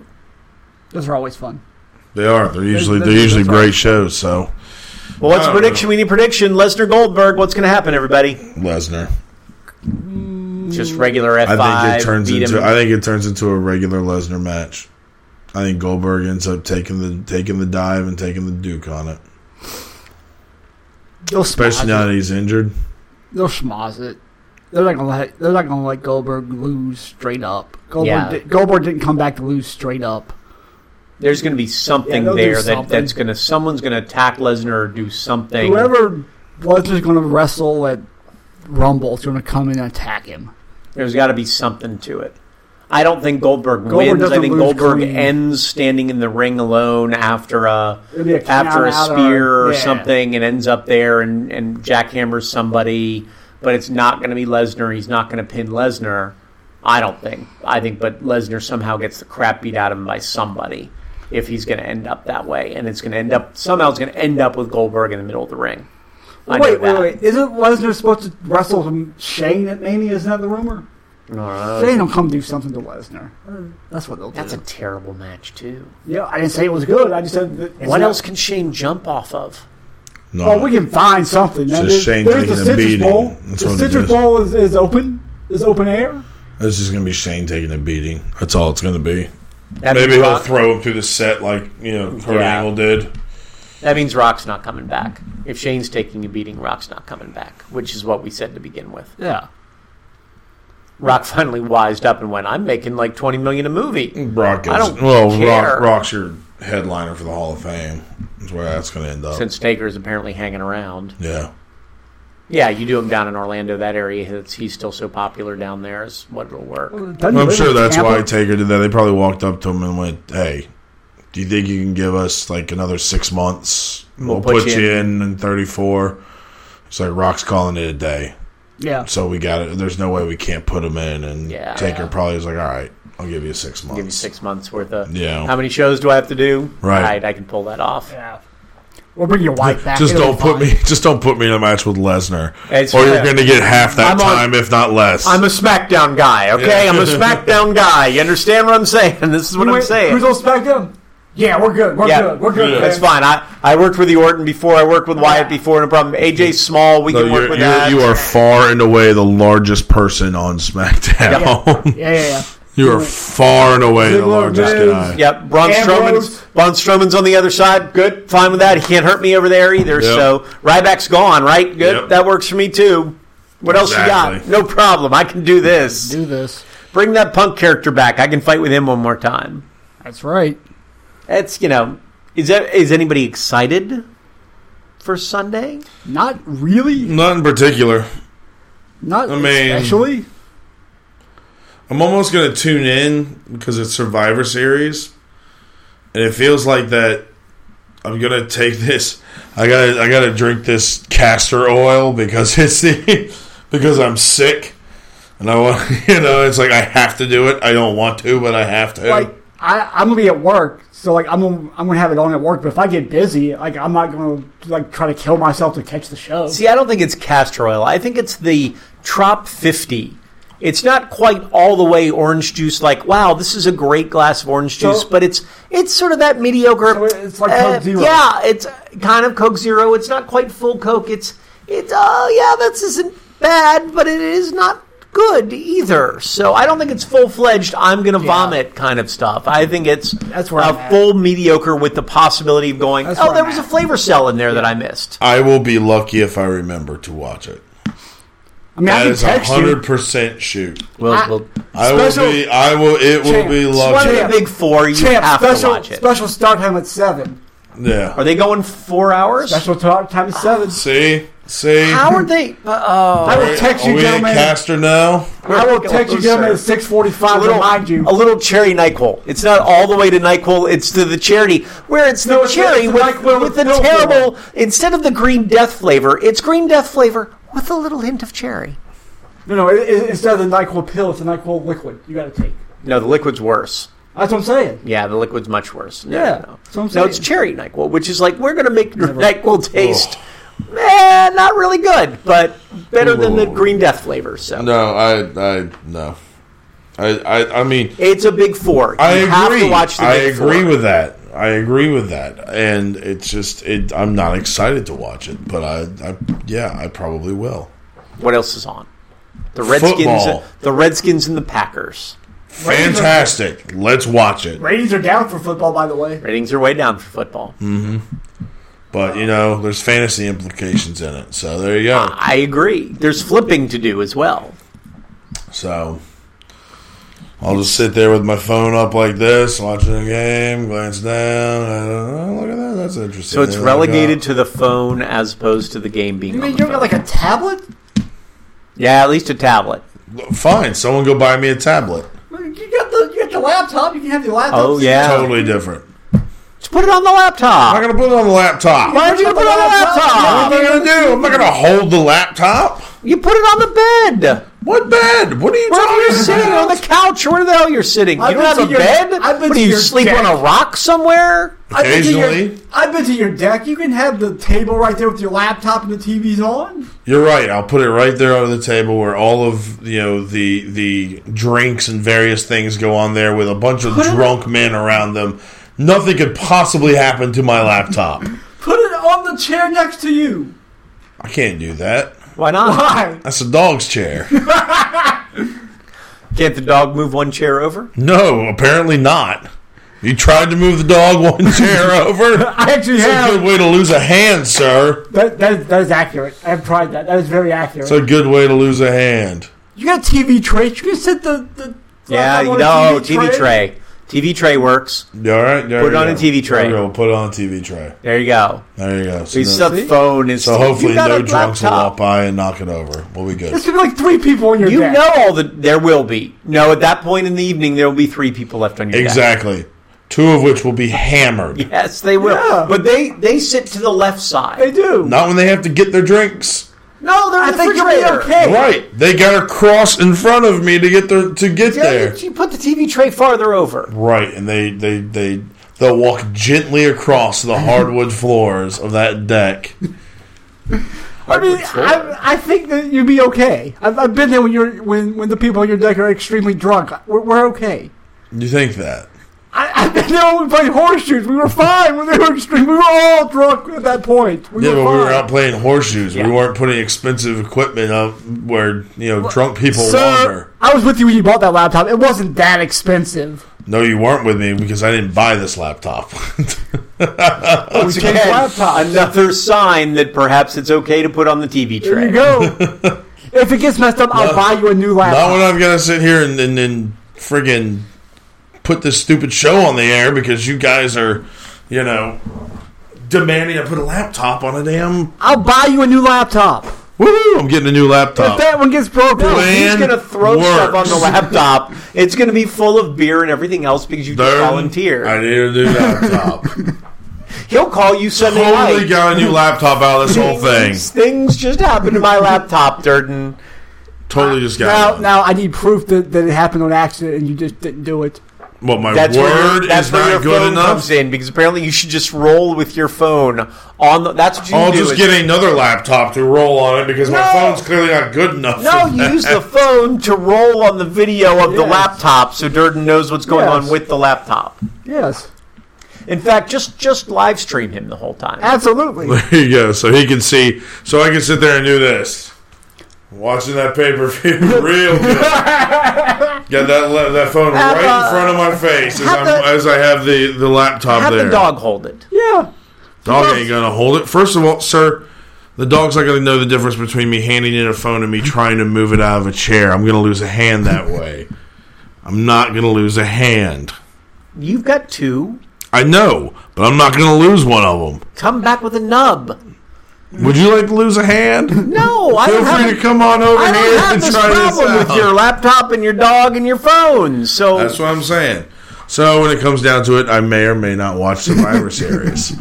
[SPEAKER 8] Those are always fun.
[SPEAKER 4] They are. They're usually
[SPEAKER 8] they're-
[SPEAKER 4] they're usually
[SPEAKER 8] that's all.
[SPEAKER 4] great shows. So
[SPEAKER 7] Well, what's the
[SPEAKER 4] I don't
[SPEAKER 7] prediction? We need prediction. Lesnar Goldberg, what's going to happen, everybody?
[SPEAKER 4] Lesnar.
[SPEAKER 7] Just regular F5.
[SPEAKER 4] I think it turns
[SPEAKER 7] beat him.
[SPEAKER 4] into I think it turns into a regular Lesnar match. I think Goldberg ends up taking the taking the dive and taking the Duke on it.
[SPEAKER 8] They'll
[SPEAKER 4] Especially now
[SPEAKER 8] smash
[SPEAKER 4] that he's injured.
[SPEAKER 8] it. They'll schmoz it. They're not gonna let. They're not gonna let Goldberg lose straight up. Goldberg,
[SPEAKER 7] Yeah.
[SPEAKER 8] did, Goldberg didn't come back to lose straight up.
[SPEAKER 7] There's going to be something
[SPEAKER 8] they'll do
[SPEAKER 7] there
[SPEAKER 8] something.
[SPEAKER 7] That, that's going to, someone's going to attack Lesnar or do something.
[SPEAKER 8] Whoever Lesnar's gonna wrestle at Rumble is gonna come in and attack him.
[SPEAKER 7] There's got to be something to it. I don't think Goldberg,
[SPEAKER 8] Goldberg
[SPEAKER 7] wins. I
[SPEAKER 8] doesn't
[SPEAKER 7] think
[SPEAKER 8] lose
[SPEAKER 7] Goldberg
[SPEAKER 8] clean.
[SPEAKER 7] ends standing in the ring alone after a
[SPEAKER 8] It'll be a count
[SPEAKER 7] after a
[SPEAKER 8] out or-
[SPEAKER 7] spear or
[SPEAKER 8] yeah.
[SPEAKER 7] something, and ends up there and and jackhammers somebody. But it's not going to be Lesnar. He's not going to pin Lesnar. I don't think. I think, but Lesnar somehow gets the crap beat out of him by somebody if he's going to end up that way, and it's going to end up somehow it's going to end up with Goldberg in the middle of the ring. I know that.
[SPEAKER 8] wait, wait, wait! Isn't Lesnar supposed to wrestle from Shane at Mania? Isn't that the rumor? Shane will come do something to Lesnar. That's what they'll
[SPEAKER 7] Uh, That's
[SPEAKER 8] do.
[SPEAKER 7] a terrible match too.
[SPEAKER 8] yeah, I didn't say it was good. I just said that it's
[SPEAKER 7] what
[SPEAKER 8] not-
[SPEAKER 7] else can Shane jump off of?
[SPEAKER 4] No.
[SPEAKER 8] Oh, we can find something. Now,
[SPEAKER 4] Just Shane
[SPEAKER 8] there's the
[SPEAKER 4] taking a
[SPEAKER 8] Citrus
[SPEAKER 4] beating.
[SPEAKER 8] Bowl.
[SPEAKER 4] That's
[SPEAKER 8] the
[SPEAKER 4] what it
[SPEAKER 8] Citrus
[SPEAKER 4] is.
[SPEAKER 8] Bowl is, is open. Is open air.
[SPEAKER 4] It's just gonna be Shane taking a beating. That's all it's gonna be.
[SPEAKER 7] That
[SPEAKER 4] Maybe
[SPEAKER 7] means
[SPEAKER 4] he'll
[SPEAKER 7] Rock-
[SPEAKER 4] throw him through the set like you know Kurt
[SPEAKER 7] Yeah.
[SPEAKER 4] Angle did.
[SPEAKER 7] That means Rock's not coming back. If Shane's taking a beating, Rock's not coming back, which is what we said to begin with.
[SPEAKER 8] Yeah.
[SPEAKER 7] Rock finally wised up and went, "I'm making like twenty million a movie."
[SPEAKER 4] Brock is
[SPEAKER 7] I don't
[SPEAKER 4] well.
[SPEAKER 7] care.
[SPEAKER 4] Rock, Rock's your headliner for the Hall of Fame. That's where that's gonna end up.
[SPEAKER 7] Since Taker's apparently hanging around,
[SPEAKER 4] yeah.
[SPEAKER 7] yeah, you do him down in Orlando, that area. It's, he's still so popular down there. Is what it'll work.
[SPEAKER 4] I'm sure that's why Taker did that. They probably walked up to him and went, "Hey, do you think you can give us like another six months? We'll, put, you in in 34." It's like Rock's calling it a day,
[SPEAKER 8] Yeah.
[SPEAKER 4] so we got it. There's no way we can't put him in. And
[SPEAKER 7] Yeah.
[SPEAKER 4] Taker probably was like, "All right, I'll give you six months."
[SPEAKER 7] Give you six months worth of.
[SPEAKER 4] Yeah.
[SPEAKER 7] How many shows do I have to do?
[SPEAKER 4] Right.
[SPEAKER 7] I can pull that off.
[SPEAKER 8] Yeah. We'll bring your wife back.
[SPEAKER 4] Just
[SPEAKER 8] It'll
[SPEAKER 4] don't
[SPEAKER 8] be
[SPEAKER 4] put
[SPEAKER 8] fine.
[SPEAKER 4] me. Just don't put me in a match with Lesnar,
[SPEAKER 7] It's
[SPEAKER 4] or you're
[SPEAKER 7] fair.
[SPEAKER 4] going to get half
[SPEAKER 7] I'm
[SPEAKER 4] that
[SPEAKER 7] on-
[SPEAKER 4] time, if not less.
[SPEAKER 7] I'm a SmackDown guy, okay?
[SPEAKER 4] Yeah.
[SPEAKER 7] I'm a SmackDown guy. You understand what I'm saying? This is what
[SPEAKER 8] You
[SPEAKER 7] I'm
[SPEAKER 8] wait,
[SPEAKER 7] saying.
[SPEAKER 8] Who's on SmackDown? Yeah, we're good. We're
[SPEAKER 7] Yeah.
[SPEAKER 8] good. We're good.
[SPEAKER 7] That's
[SPEAKER 8] man.
[SPEAKER 7] fine. I, I worked with the Orton before. I worked with Wyatt before. No problem. AJ Small, we
[SPEAKER 4] So
[SPEAKER 7] can work
[SPEAKER 4] you're,
[SPEAKER 7] with
[SPEAKER 4] you're,
[SPEAKER 7] that.
[SPEAKER 4] you are far and away the largest person on SmackDown.
[SPEAKER 8] Yeah, yeah, yeah.
[SPEAKER 4] You are far and away the
[SPEAKER 8] luck,
[SPEAKER 4] largest
[SPEAKER 8] dudes.
[SPEAKER 4] guy.
[SPEAKER 7] Yep. Braun
[SPEAKER 8] Ambrose.
[SPEAKER 7] Strowman's Braun Strowman's on the other side. Good. Fine with that. He can't hurt me over there either.
[SPEAKER 4] Yep.
[SPEAKER 7] So Ryback's gone. Right. Good.
[SPEAKER 4] Yep.
[SPEAKER 7] That works for me too. What else you
[SPEAKER 4] Exactly.
[SPEAKER 7] got? No problem. I can do this.
[SPEAKER 8] Do this.
[SPEAKER 7] Bring that punk character back. I can fight with him one more time.
[SPEAKER 8] That's right.
[SPEAKER 7] That's you know. Is that is anybody excited for Sunday?
[SPEAKER 8] Not really.
[SPEAKER 4] Not in particular.
[SPEAKER 8] Not
[SPEAKER 4] I mean-
[SPEAKER 8] especially.
[SPEAKER 4] I'm almost going to tune in because it's Survivor Series, and it feels like that. I'm gonna take this. I gotta. I gotta drink this castor oil because it's the because I'm sick, and I want. You know, it's like I have to do it. I don't want to, but I have to.
[SPEAKER 8] Like I, I'm gonna be at work, so like I'm gonna, I'm gonna have it on at work. But if I get busy, like I'm not gonna like try to kill myself to catch the show.
[SPEAKER 7] See, I don't think it's castor oil. I think it's the Trop 50. It's not quite all the way orange juice. Like, wow, this is a great glass of orange juice,
[SPEAKER 8] So-
[SPEAKER 7] but it's it's sort of that mediocre. eh,
[SPEAKER 8] So it's like Coke Zero.
[SPEAKER 7] Yeah, it's kind of Coke Zero. uh, It's not quite full Coke. It's it's oh yeah, this isn't bad, but it is not good either. So I don't think it's full fledged. I'm going to vomit kind of stuff. I think it's
[SPEAKER 8] That's where
[SPEAKER 7] a
[SPEAKER 8] I'm at.
[SPEAKER 7] full mediocre with the possibility of going.
[SPEAKER 8] That's
[SPEAKER 7] oh,
[SPEAKER 8] where
[SPEAKER 7] there
[SPEAKER 8] I'm
[SPEAKER 7] was a
[SPEAKER 8] at.
[SPEAKER 7] flavor cell in there that I missed.
[SPEAKER 4] I will be lucky if I remember to watch it.
[SPEAKER 8] I mean, I
[SPEAKER 4] That
[SPEAKER 8] can
[SPEAKER 4] is a
[SPEAKER 8] text you.
[SPEAKER 4] hundred percent shoot.
[SPEAKER 7] Well,
[SPEAKER 8] I-
[SPEAKER 7] well
[SPEAKER 4] I will
[SPEAKER 8] Special-
[SPEAKER 4] be. I will. It will be
[SPEAKER 8] Champ.
[SPEAKER 7] one of
[SPEAKER 4] lucky.
[SPEAKER 7] the big four. You
[SPEAKER 8] Champ,
[SPEAKER 7] have
[SPEAKER 8] special,
[SPEAKER 7] to watch it.
[SPEAKER 8] special start time at 7.
[SPEAKER 4] Yeah.
[SPEAKER 7] Are they going four hours?
[SPEAKER 8] Special start time at 7.
[SPEAKER 4] See, see.
[SPEAKER 7] How are they? Oh,
[SPEAKER 8] I will text
[SPEAKER 4] Are
[SPEAKER 8] you,
[SPEAKER 4] we in
[SPEAKER 8] gentlemen.
[SPEAKER 4] Caster now?
[SPEAKER 8] I will text you, gentlemen, at 645
[SPEAKER 7] a little,
[SPEAKER 8] to remind you.
[SPEAKER 7] a little cherry Nyquil. It's not all the way to Nyquil. It's to the charity where it's the
[SPEAKER 8] No, it's-
[SPEAKER 7] cherry
[SPEAKER 8] it's
[SPEAKER 7] with,
[SPEAKER 8] NyQuil
[SPEAKER 7] with
[SPEAKER 8] with
[SPEAKER 7] the
[SPEAKER 8] no
[SPEAKER 7] terrible. Instead of the green death flavor, it's green death flavor with a little hint of cherry.
[SPEAKER 8] No, no, it, it, instead of the NyQuil pill, it's a NyQuil liquid you gotta take.
[SPEAKER 7] No, the liquid's worse.
[SPEAKER 8] That's what I'm saying.
[SPEAKER 7] Yeah, the liquid's much worse. No,
[SPEAKER 8] Yeah,
[SPEAKER 7] no.
[SPEAKER 8] that's what I'm
[SPEAKER 7] no it's
[SPEAKER 8] saying.
[SPEAKER 7] cherry Nyquil, which is like we're gonna make your Nyquil taste. Eh, not really good, but better than the
[SPEAKER 4] Ooh.
[SPEAKER 7] green death flavor. So
[SPEAKER 4] No, I, I, no. I, I, I mean,
[SPEAKER 7] it's a big four. You
[SPEAKER 4] I
[SPEAKER 7] have
[SPEAKER 4] agree.
[SPEAKER 7] to watch the
[SPEAKER 4] I
[SPEAKER 7] big
[SPEAKER 4] agree
[SPEAKER 7] four.
[SPEAKER 4] with that. I agree with that. And it's just, it. I'm not excited to watch it, but I, I yeah, I probably will.
[SPEAKER 7] What else is on? The Redskins,
[SPEAKER 4] Football.
[SPEAKER 7] the Redskins and the Packers.
[SPEAKER 4] Fantastic. Let's watch it.
[SPEAKER 8] Ratings are down for football, by the way.
[SPEAKER 7] Ratings are way down for football.
[SPEAKER 4] Hmm. But you know, there's fantasy implications in it. So there you go.
[SPEAKER 8] Ah.
[SPEAKER 7] I agree. There's flipping to do as well.
[SPEAKER 4] So I'll just sit there with my phone up like this, watching the game, glance down. and, oh, look at that. That's interesting.
[SPEAKER 7] So it's
[SPEAKER 4] There we
[SPEAKER 7] relegated
[SPEAKER 4] go.
[SPEAKER 7] to the phone as opposed to the game being.
[SPEAKER 8] You mean
[SPEAKER 7] on
[SPEAKER 8] you
[SPEAKER 7] the
[SPEAKER 8] don't
[SPEAKER 7] phone.
[SPEAKER 8] got like a tablet?
[SPEAKER 7] yeah, at least a tablet.
[SPEAKER 4] Fine. Someone go buy me a tablet.
[SPEAKER 8] You got the you got the laptop. You can have the laptop.
[SPEAKER 7] Oh yeah,
[SPEAKER 4] Totally different.
[SPEAKER 7] Just put it on the laptop.
[SPEAKER 4] I'm not gonna put it on the laptop.
[SPEAKER 7] Why don't you put it on the
[SPEAKER 4] What am
[SPEAKER 7] laptop?
[SPEAKER 4] I gonna do? I'm not gonna hold the laptop.
[SPEAKER 7] You put it on the bed.
[SPEAKER 4] What bed? What are you
[SPEAKER 7] Wherever you're
[SPEAKER 4] talking
[SPEAKER 7] sitting
[SPEAKER 4] about?
[SPEAKER 7] on the couch, or where the hell you're sitting?
[SPEAKER 8] I've
[SPEAKER 7] you don't have
[SPEAKER 8] been to
[SPEAKER 7] a
[SPEAKER 8] your-
[SPEAKER 7] bed.
[SPEAKER 8] I've
[SPEAKER 7] what
[SPEAKER 8] been to
[SPEAKER 7] do you
[SPEAKER 8] your
[SPEAKER 7] sleep
[SPEAKER 8] deck.
[SPEAKER 7] on a rock somewhere?
[SPEAKER 8] I've been to your-
[SPEAKER 4] Occasionally.
[SPEAKER 8] I've been to your deck. You can have the table right there with your laptop and the TV's on.
[SPEAKER 4] You're right. I'll put it right there on the table where all of you know the the drinks and various things go on there with a bunch of drunk men around them. Nothing could possibly happen to my laptop.
[SPEAKER 8] Put it on the chair next to you.
[SPEAKER 4] I can't do that.
[SPEAKER 7] Why not?
[SPEAKER 8] Why?
[SPEAKER 4] That's a dog's chair.
[SPEAKER 7] Can't the dog move one chair over?
[SPEAKER 4] No, apparently not. You tried to move the dog one chair over.
[SPEAKER 8] I actually
[SPEAKER 4] That's a
[SPEAKER 8] have.
[SPEAKER 4] good way to lose a hand, sir.
[SPEAKER 8] That, that, is, that is accurate. I've tried that. That is very
[SPEAKER 4] It's
[SPEAKER 8] accurate.
[SPEAKER 4] a good way to lose a hand.
[SPEAKER 8] you got a TV tray. You can sit the. the
[SPEAKER 7] Yeah,
[SPEAKER 8] laptop
[SPEAKER 7] you
[SPEAKER 8] on
[SPEAKER 7] know,
[SPEAKER 8] a
[SPEAKER 7] TV tray. TV tray works.
[SPEAKER 4] You all right? There
[SPEAKER 7] Put it
[SPEAKER 4] you
[SPEAKER 7] on
[SPEAKER 4] go.
[SPEAKER 7] a TV tray.
[SPEAKER 4] There you go. Put it on a TV tray.
[SPEAKER 7] There you go.
[SPEAKER 4] There you go. So
[SPEAKER 7] He's
[SPEAKER 4] no-
[SPEAKER 7] the phone is
[SPEAKER 4] So hopefully
[SPEAKER 7] you got
[SPEAKER 4] no
[SPEAKER 7] a
[SPEAKER 4] drunks will walk
[SPEAKER 7] laptop.
[SPEAKER 4] by and knock it over. We'll be good.
[SPEAKER 8] There's going to be like three people on your
[SPEAKER 7] You
[SPEAKER 8] deck.
[SPEAKER 7] know all the there will be no at that point in the evening there will be three people left on your deck.
[SPEAKER 4] Exactly. Two of which will be hammered.
[SPEAKER 7] Yes, they will.
[SPEAKER 8] Yeah.
[SPEAKER 7] But they they sit to the left side.
[SPEAKER 8] They do.
[SPEAKER 4] Not when they have to get their drinks.
[SPEAKER 7] No, they're in
[SPEAKER 8] I
[SPEAKER 7] the
[SPEAKER 8] think you'll be
[SPEAKER 7] refrigerator.
[SPEAKER 8] okay.
[SPEAKER 4] Right. They got to cross in front of me to get their to get
[SPEAKER 7] Yeah,
[SPEAKER 4] there.
[SPEAKER 7] you put the TV tray farther over.
[SPEAKER 4] Right, and they they they they'll walk gently across the hardwood floors of that deck.
[SPEAKER 8] I mean, I, I think that you'd be okay. I've, I've been there when you're when, when the people on your deck are extremely drunk. We're, we're okay.
[SPEAKER 4] You think that?
[SPEAKER 8] I, I've been there when we played horseshoes. We were fine when they were extreme. We were all drunk at that point. We
[SPEAKER 4] Yeah,
[SPEAKER 8] were
[SPEAKER 4] but we were
[SPEAKER 8] fine.
[SPEAKER 4] out playing horseshoes.
[SPEAKER 7] Yeah.
[SPEAKER 4] We weren't putting expensive equipment up where you know drunk people
[SPEAKER 8] Sir,
[SPEAKER 4] wander.
[SPEAKER 8] I was with you when you bought that laptop. It wasn't that expensive.
[SPEAKER 4] No, you weren't with me because I didn't buy this laptop.
[SPEAKER 7] Once
[SPEAKER 8] we changed laptops.
[SPEAKER 7] another sign that perhaps it's okay to put on the TV
[SPEAKER 8] There
[SPEAKER 7] tray.
[SPEAKER 8] you go. if it gets messed up, I'll buy you a new
[SPEAKER 4] Not
[SPEAKER 8] laptop.
[SPEAKER 4] when I'm gonna sit here and and, and friggin' put this stupid show on the air because you guys are, you know, demanding I put a laptop on a damn.
[SPEAKER 8] I'll buy you a new laptop.
[SPEAKER 4] Woo! I'm getting a new
[SPEAKER 8] If
[SPEAKER 4] laptop.
[SPEAKER 8] that one gets broken,
[SPEAKER 4] Plan
[SPEAKER 7] He's going to throw stuff on
[SPEAKER 4] works.
[SPEAKER 7] the laptop. It's going to be full of beer and everything else because you just
[SPEAKER 4] Darn,
[SPEAKER 7] volunteered.
[SPEAKER 4] I need a new laptop.
[SPEAKER 7] He'll call you Sunday
[SPEAKER 4] totally
[SPEAKER 7] night.
[SPEAKER 4] got a new laptop out of this whole thing.
[SPEAKER 7] Things, things just happened to my laptop, Durden.
[SPEAKER 4] Totally just got
[SPEAKER 8] now,
[SPEAKER 4] one.
[SPEAKER 8] now I need proof that, that it happened on accident and you just didn't do it.
[SPEAKER 4] Well, my
[SPEAKER 7] That's where
[SPEAKER 4] word
[SPEAKER 7] your, that's
[SPEAKER 4] is
[SPEAKER 7] where your
[SPEAKER 4] not good
[SPEAKER 7] phone
[SPEAKER 4] enough.
[SPEAKER 7] comes in because apparently you should just roll with your phone on. The, that's what you
[SPEAKER 4] I'll
[SPEAKER 7] do.
[SPEAKER 4] just
[SPEAKER 7] is-
[SPEAKER 4] get another laptop to roll on it because my
[SPEAKER 7] No.
[SPEAKER 4] phone's clearly not good enough.
[SPEAKER 7] No,
[SPEAKER 4] for
[SPEAKER 7] you
[SPEAKER 4] that.
[SPEAKER 7] use the phone to roll on the video of the
[SPEAKER 8] Yes.
[SPEAKER 7] laptop so Durden knows what's going
[SPEAKER 8] Yes.
[SPEAKER 7] on with the laptop.
[SPEAKER 8] Yes,
[SPEAKER 7] In fact, just just live stream him the whole time.
[SPEAKER 8] absolutely.
[SPEAKER 4] There you go. So he can see. So I can sit there and do this. Watching that pay per view real good. Got that le- that phone right in front of my face as,
[SPEAKER 7] have
[SPEAKER 4] I'm,
[SPEAKER 7] the-
[SPEAKER 4] as I have the, the laptop
[SPEAKER 7] Have
[SPEAKER 4] there.
[SPEAKER 7] the dog hold it.
[SPEAKER 9] Yeah.
[SPEAKER 4] Dog ain't gonna hold it. First of all, sir, the dog's not gonna know the difference between me handing in a phone and me trying to move it out of a chair. I'm gonna lose a hand that way. I'm not gonna lose a hand.
[SPEAKER 7] You've got two.
[SPEAKER 4] I know, but I'm not gonna lose one of them.
[SPEAKER 7] Come back with a nub.
[SPEAKER 4] Would you like to lose a hand?
[SPEAKER 7] No, I
[SPEAKER 4] Feel
[SPEAKER 7] don't
[SPEAKER 4] free
[SPEAKER 7] have,
[SPEAKER 4] to come on over
[SPEAKER 7] I
[SPEAKER 4] here
[SPEAKER 7] don't have
[SPEAKER 4] and
[SPEAKER 7] this
[SPEAKER 4] try this
[SPEAKER 7] problem
[SPEAKER 4] out.
[SPEAKER 7] with your laptop and your dog and your phone. So
[SPEAKER 4] That's what I'm saying. So when it comes down to it, I may or may not watch Survivor Series.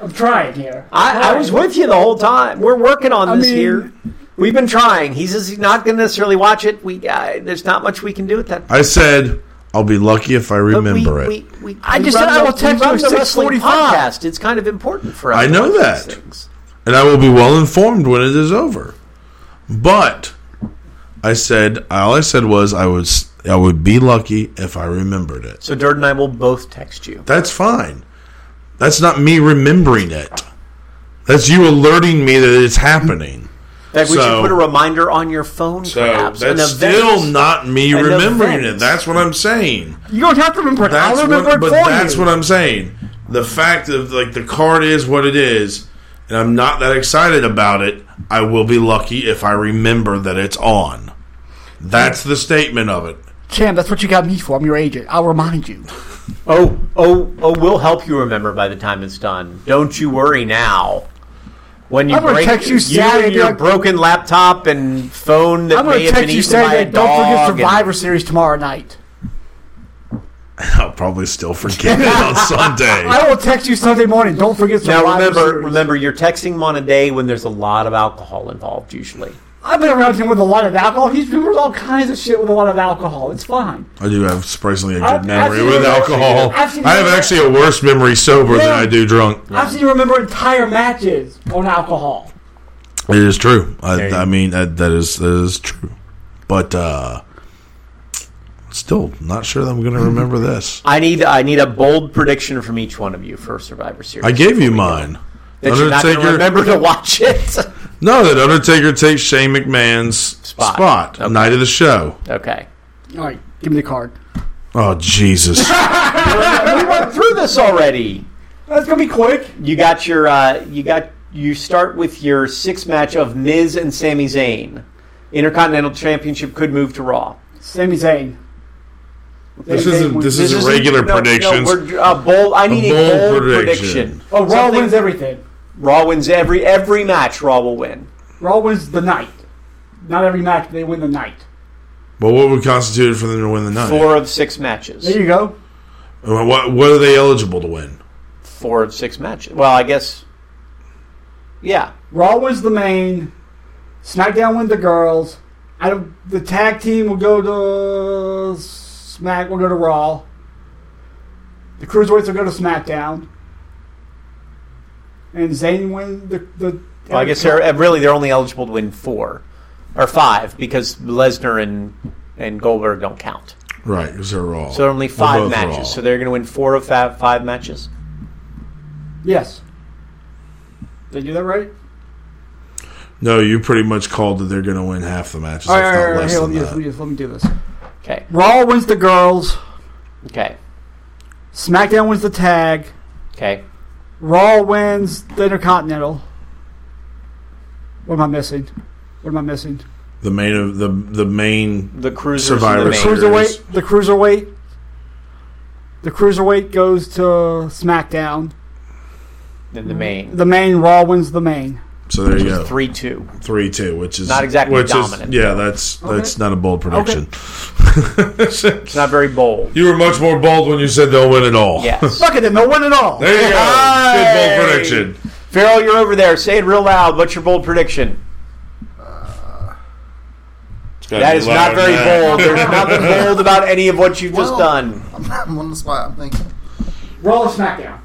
[SPEAKER 9] I'm trying here.
[SPEAKER 7] I, I was with you the whole time. We're working on this
[SPEAKER 9] mean-
[SPEAKER 7] here. We've been trying. He says he's not going to necessarily watch it. We uh, there's not much we can do with that.
[SPEAKER 4] I said I'll be lucky if I
[SPEAKER 7] But we-
[SPEAKER 4] remember it.
[SPEAKER 7] we, we-
[SPEAKER 9] I
[SPEAKER 7] we
[SPEAKER 9] just
[SPEAKER 7] run
[SPEAKER 9] said I
[SPEAKER 7] the-
[SPEAKER 9] will
[SPEAKER 7] we
[SPEAKER 9] text you
[SPEAKER 7] run
[SPEAKER 9] at
[SPEAKER 7] the wrestling
[SPEAKER 9] 6:45.
[SPEAKER 7] podcast. It's kind of important for us.
[SPEAKER 4] I
[SPEAKER 7] to
[SPEAKER 4] know
[SPEAKER 7] watch
[SPEAKER 4] that.
[SPEAKER 7] these things.
[SPEAKER 4] and I will be well informed when it is over. But I said all I said was I was I would be lucky if I remembered it.
[SPEAKER 7] So Dirt and I will both text you.
[SPEAKER 4] That's fine. That's not me remembering it. That's you alerting me that it's happening.
[SPEAKER 7] That we
[SPEAKER 4] So-
[SPEAKER 7] should put a reminder on your phone,
[SPEAKER 4] So
[SPEAKER 7] perhaps. an
[SPEAKER 4] that's
[SPEAKER 7] event.
[SPEAKER 4] still not me
[SPEAKER 7] An
[SPEAKER 4] remembering
[SPEAKER 7] event.
[SPEAKER 4] it. That's what I'm saying.
[SPEAKER 9] You don't have to remember it.
[SPEAKER 4] That's
[SPEAKER 9] I'll remember
[SPEAKER 4] what,
[SPEAKER 9] it
[SPEAKER 4] but
[SPEAKER 9] for
[SPEAKER 4] that's
[SPEAKER 9] you.
[SPEAKER 4] what I'm saying. The fact of like the card is what it is, and I'm not that excited about it. I will be lucky if I remember that it's on. That's the statement of it.
[SPEAKER 9] Champ, that's what you got me for. I'm your agent. I'll remind you.
[SPEAKER 7] Oh, oh, oh! We'll help you remember by the time it's done. Don't you worry now. When you
[SPEAKER 9] I'm gonna
[SPEAKER 7] break
[SPEAKER 9] text you
[SPEAKER 7] and
[SPEAKER 9] Saturday,
[SPEAKER 7] your
[SPEAKER 9] like-
[SPEAKER 7] broken laptop and phone that
[SPEAKER 9] I'm
[SPEAKER 7] may
[SPEAKER 9] going to
[SPEAKER 7] have been
[SPEAKER 9] text you
[SPEAKER 7] eaten by a
[SPEAKER 9] Saturday. Don't forget
[SPEAKER 7] dog and-
[SPEAKER 9] Survivor Series tomorrow night.
[SPEAKER 4] I'll probably still forget it on Sunday.
[SPEAKER 9] I will text you Sunday morning. Don't forget Survivor
[SPEAKER 7] Now remember,
[SPEAKER 9] Series.
[SPEAKER 7] remember, you're texting him on a day when there's a lot of alcohol involved. Usually,
[SPEAKER 9] I've been around him with a lot of alcohol. He's remembered all kinds of shit with a lot of alcohol. It's fine.
[SPEAKER 4] I do have surprisingly a
[SPEAKER 9] I've-
[SPEAKER 4] good
[SPEAKER 9] I've
[SPEAKER 4] memory
[SPEAKER 9] seen
[SPEAKER 4] with
[SPEAKER 9] you-
[SPEAKER 4] alcohol.
[SPEAKER 9] I've seen you-
[SPEAKER 4] I have actually a worse memory sober than
[SPEAKER 9] Yeah.
[SPEAKER 4] I do drunk.
[SPEAKER 9] I've seen you remember entire matches on alcohol.
[SPEAKER 4] It is true. I,
[SPEAKER 7] There you
[SPEAKER 4] I
[SPEAKER 7] go.
[SPEAKER 4] mean, that, that is that is true. But uh still, not sure that I'm going to remember this.
[SPEAKER 7] I need I need a bold prediction from each one of you for Survivor Series.
[SPEAKER 4] I gave you mine.
[SPEAKER 7] that you're not going to remember to watch it.
[SPEAKER 4] No, that Undertaker takes Shane McMahon's spot,
[SPEAKER 7] Spot. Okay.
[SPEAKER 4] night of the show.
[SPEAKER 7] okay,
[SPEAKER 9] All right, give me the card.
[SPEAKER 4] Oh Jesus!
[SPEAKER 7] we went through this already.
[SPEAKER 9] That's gonna be quick.
[SPEAKER 7] You got your uh, you got you start with your six match of Miz and Sami Zayn. Intercontinental Championship could move to Raw.
[SPEAKER 9] Sami Zayn.
[SPEAKER 4] this isn't this,
[SPEAKER 7] This
[SPEAKER 4] isn't
[SPEAKER 7] isn't-
[SPEAKER 4] regular
[SPEAKER 7] no, no,
[SPEAKER 4] predictions.
[SPEAKER 7] we're- uh, bold, I need a
[SPEAKER 4] bold
[SPEAKER 7] bold,
[SPEAKER 4] prediction.
[SPEAKER 7] prediction.
[SPEAKER 9] Oh, Raw
[SPEAKER 7] Something-
[SPEAKER 9] wins everything.
[SPEAKER 7] Raw wins every every match. Raw will win.
[SPEAKER 9] Raw wins the night. Not every match, but they win the night.
[SPEAKER 4] but what would constitute for them to win the night?
[SPEAKER 7] Four of six matches.
[SPEAKER 9] There you go.
[SPEAKER 4] What what are they eligible to win?
[SPEAKER 7] Four of six matches. Well, I guess. Yeah,
[SPEAKER 9] Raw wins the main. SmackDown wins the girls. I don't, the tag team will go to Smack. Will go to Raw. The cruiserweights will go to SmackDown. And Zayn wins the the.
[SPEAKER 7] well, I guess they're uh, really they're only eligible to win four or five because Lesnar and and Goldberg don't count.
[SPEAKER 4] Right, because they're raw.
[SPEAKER 7] So there are only
[SPEAKER 4] They're
[SPEAKER 7] five
[SPEAKER 4] both
[SPEAKER 7] matches.
[SPEAKER 4] Raw.
[SPEAKER 7] So they're going to win four of five, five matches.
[SPEAKER 9] Yes. Did I do that right?
[SPEAKER 4] no, you pretty much called that they're going to win half the matches.
[SPEAKER 9] All
[SPEAKER 4] if
[SPEAKER 9] right, all
[SPEAKER 4] not
[SPEAKER 9] right, all right.
[SPEAKER 4] less
[SPEAKER 9] Here, let
[SPEAKER 4] than
[SPEAKER 9] me,
[SPEAKER 4] that.
[SPEAKER 9] just, let me just- let me do this.
[SPEAKER 7] Okay.
[SPEAKER 9] Raw wins the girls.
[SPEAKER 7] Okay.
[SPEAKER 9] SmackDown wins the tag.
[SPEAKER 7] Okay.
[SPEAKER 9] Raw wins the Intercontinental. What am I missing? What am I missing?
[SPEAKER 4] the main of the the main
[SPEAKER 7] The cruisers
[SPEAKER 4] Survivor
[SPEAKER 7] Survivor.
[SPEAKER 4] Series.
[SPEAKER 7] The main.
[SPEAKER 9] cruiserweight. The cruiserweight. The cruiserweight goes to SmackDown.
[SPEAKER 7] In the main.
[SPEAKER 9] The main Raw wins the main.
[SPEAKER 4] So there you go.
[SPEAKER 7] Three two.
[SPEAKER 4] three two, which is
[SPEAKER 7] Not exactly
[SPEAKER 4] which is-
[SPEAKER 7] dominant.
[SPEAKER 4] yeah, that's that's not a bold prediction.
[SPEAKER 7] It's not very bold.
[SPEAKER 4] You were much more bold when you said they'll win it all.
[SPEAKER 7] Yes.
[SPEAKER 9] Fuck it, then no win at all.
[SPEAKER 4] There you go.
[SPEAKER 7] Hey!
[SPEAKER 4] Good bold prediction.
[SPEAKER 7] Farrell, you're over there. Say it real loud. What's your bold prediction? That is not very bold. There's nothing bold about any of what you've just
[SPEAKER 1] Well-
[SPEAKER 7] done.
[SPEAKER 1] I'm on the spot. I'm thinking
[SPEAKER 9] Raw or SmackDown.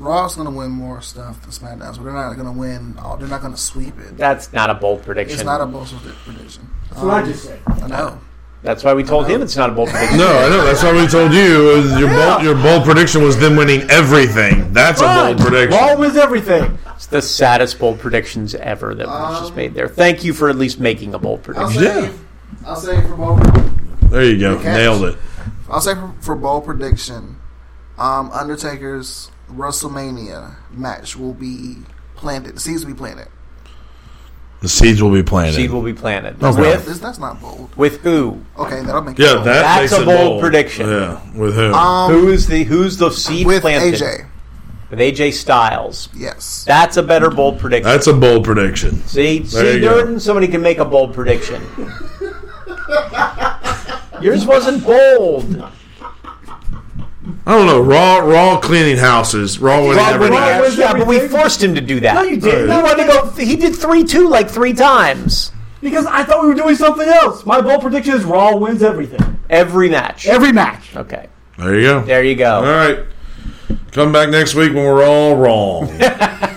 [SPEAKER 1] Raw's gonna win more stuff than SmackDown, so they're not gonna win. All, they're not gonna sweep it.
[SPEAKER 7] That's not a bold
[SPEAKER 1] It's
[SPEAKER 7] prediction.
[SPEAKER 1] not a bold prediction.
[SPEAKER 9] That's what I just said.
[SPEAKER 1] I know.
[SPEAKER 7] That's why we told him it's not a bold prediction.
[SPEAKER 4] No, I know. That's why we told you. it was Your bold, your bold prediction was them winning everything. That's a bold prediction.
[SPEAKER 8] Ball wins everything.
[SPEAKER 7] It's the saddest bold predictions ever that was just made there. Thank you for at least making a bold
[SPEAKER 1] Um, I'll
[SPEAKER 7] prediction.
[SPEAKER 1] say,
[SPEAKER 4] Yeah.
[SPEAKER 1] I'll say for bold.
[SPEAKER 4] There you go.
[SPEAKER 1] catch.
[SPEAKER 4] Nailed it.
[SPEAKER 1] I'll say for, for bold prediction, um, Undertaker's WrestleMania match will be planted. The seeds will be planted.
[SPEAKER 4] The seeds will be planted.
[SPEAKER 7] Seed will be planted.
[SPEAKER 4] Okay.
[SPEAKER 7] With
[SPEAKER 1] This that's not bold.
[SPEAKER 7] with who?
[SPEAKER 1] Okay, that'll make it
[SPEAKER 4] yeah,
[SPEAKER 1] bold.
[SPEAKER 4] that
[SPEAKER 7] That's
[SPEAKER 4] makes
[SPEAKER 7] a
[SPEAKER 4] it
[SPEAKER 7] bold prediction.
[SPEAKER 4] Yeah, with who?
[SPEAKER 7] who is the who's the seed
[SPEAKER 1] Um, with
[SPEAKER 7] planted?
[SPEAKER 1] AJ.
[SPEAKER 7] With AJ Styles.
[SPEAKER 1] Yes,
[SPEAKER 7] That's a better bold prediction.
[SPEAKER 4] That's a bold prediction.
[SPEAKER 7] see,
[SPEAKER 4] There
[SPEAKER 7] see
[SPEAKER 4] you go.
[SPEAKER 7] Durden, somebody can make a bold prediction. Yours wasn't bold.
[SPEAKER 4] I don't know. Raw, raw cleaning houses. Raw winning
[SPEAKER 7] Rob
[SPEAKER 4] everything.
[SPEAKER 7] Reiner- yeah, but we forced him to do that.
[SPEAKER 8] No, you didn't.
[SPEAKER 7] He wanted to go. He did three two like three times
[SPEAKER 8] Because I thought we were doing something else. My bold prediction is Raw wins everything.
[SPEAKER 7] every match.
[SPEAKER 8] Every match.
[SPEAKER 7] okay,
[SPEAKER 4] There you go.
[SPEAKER 7] there you go.
[SPEAKER 4] All right. Come back next week when we're all wrong.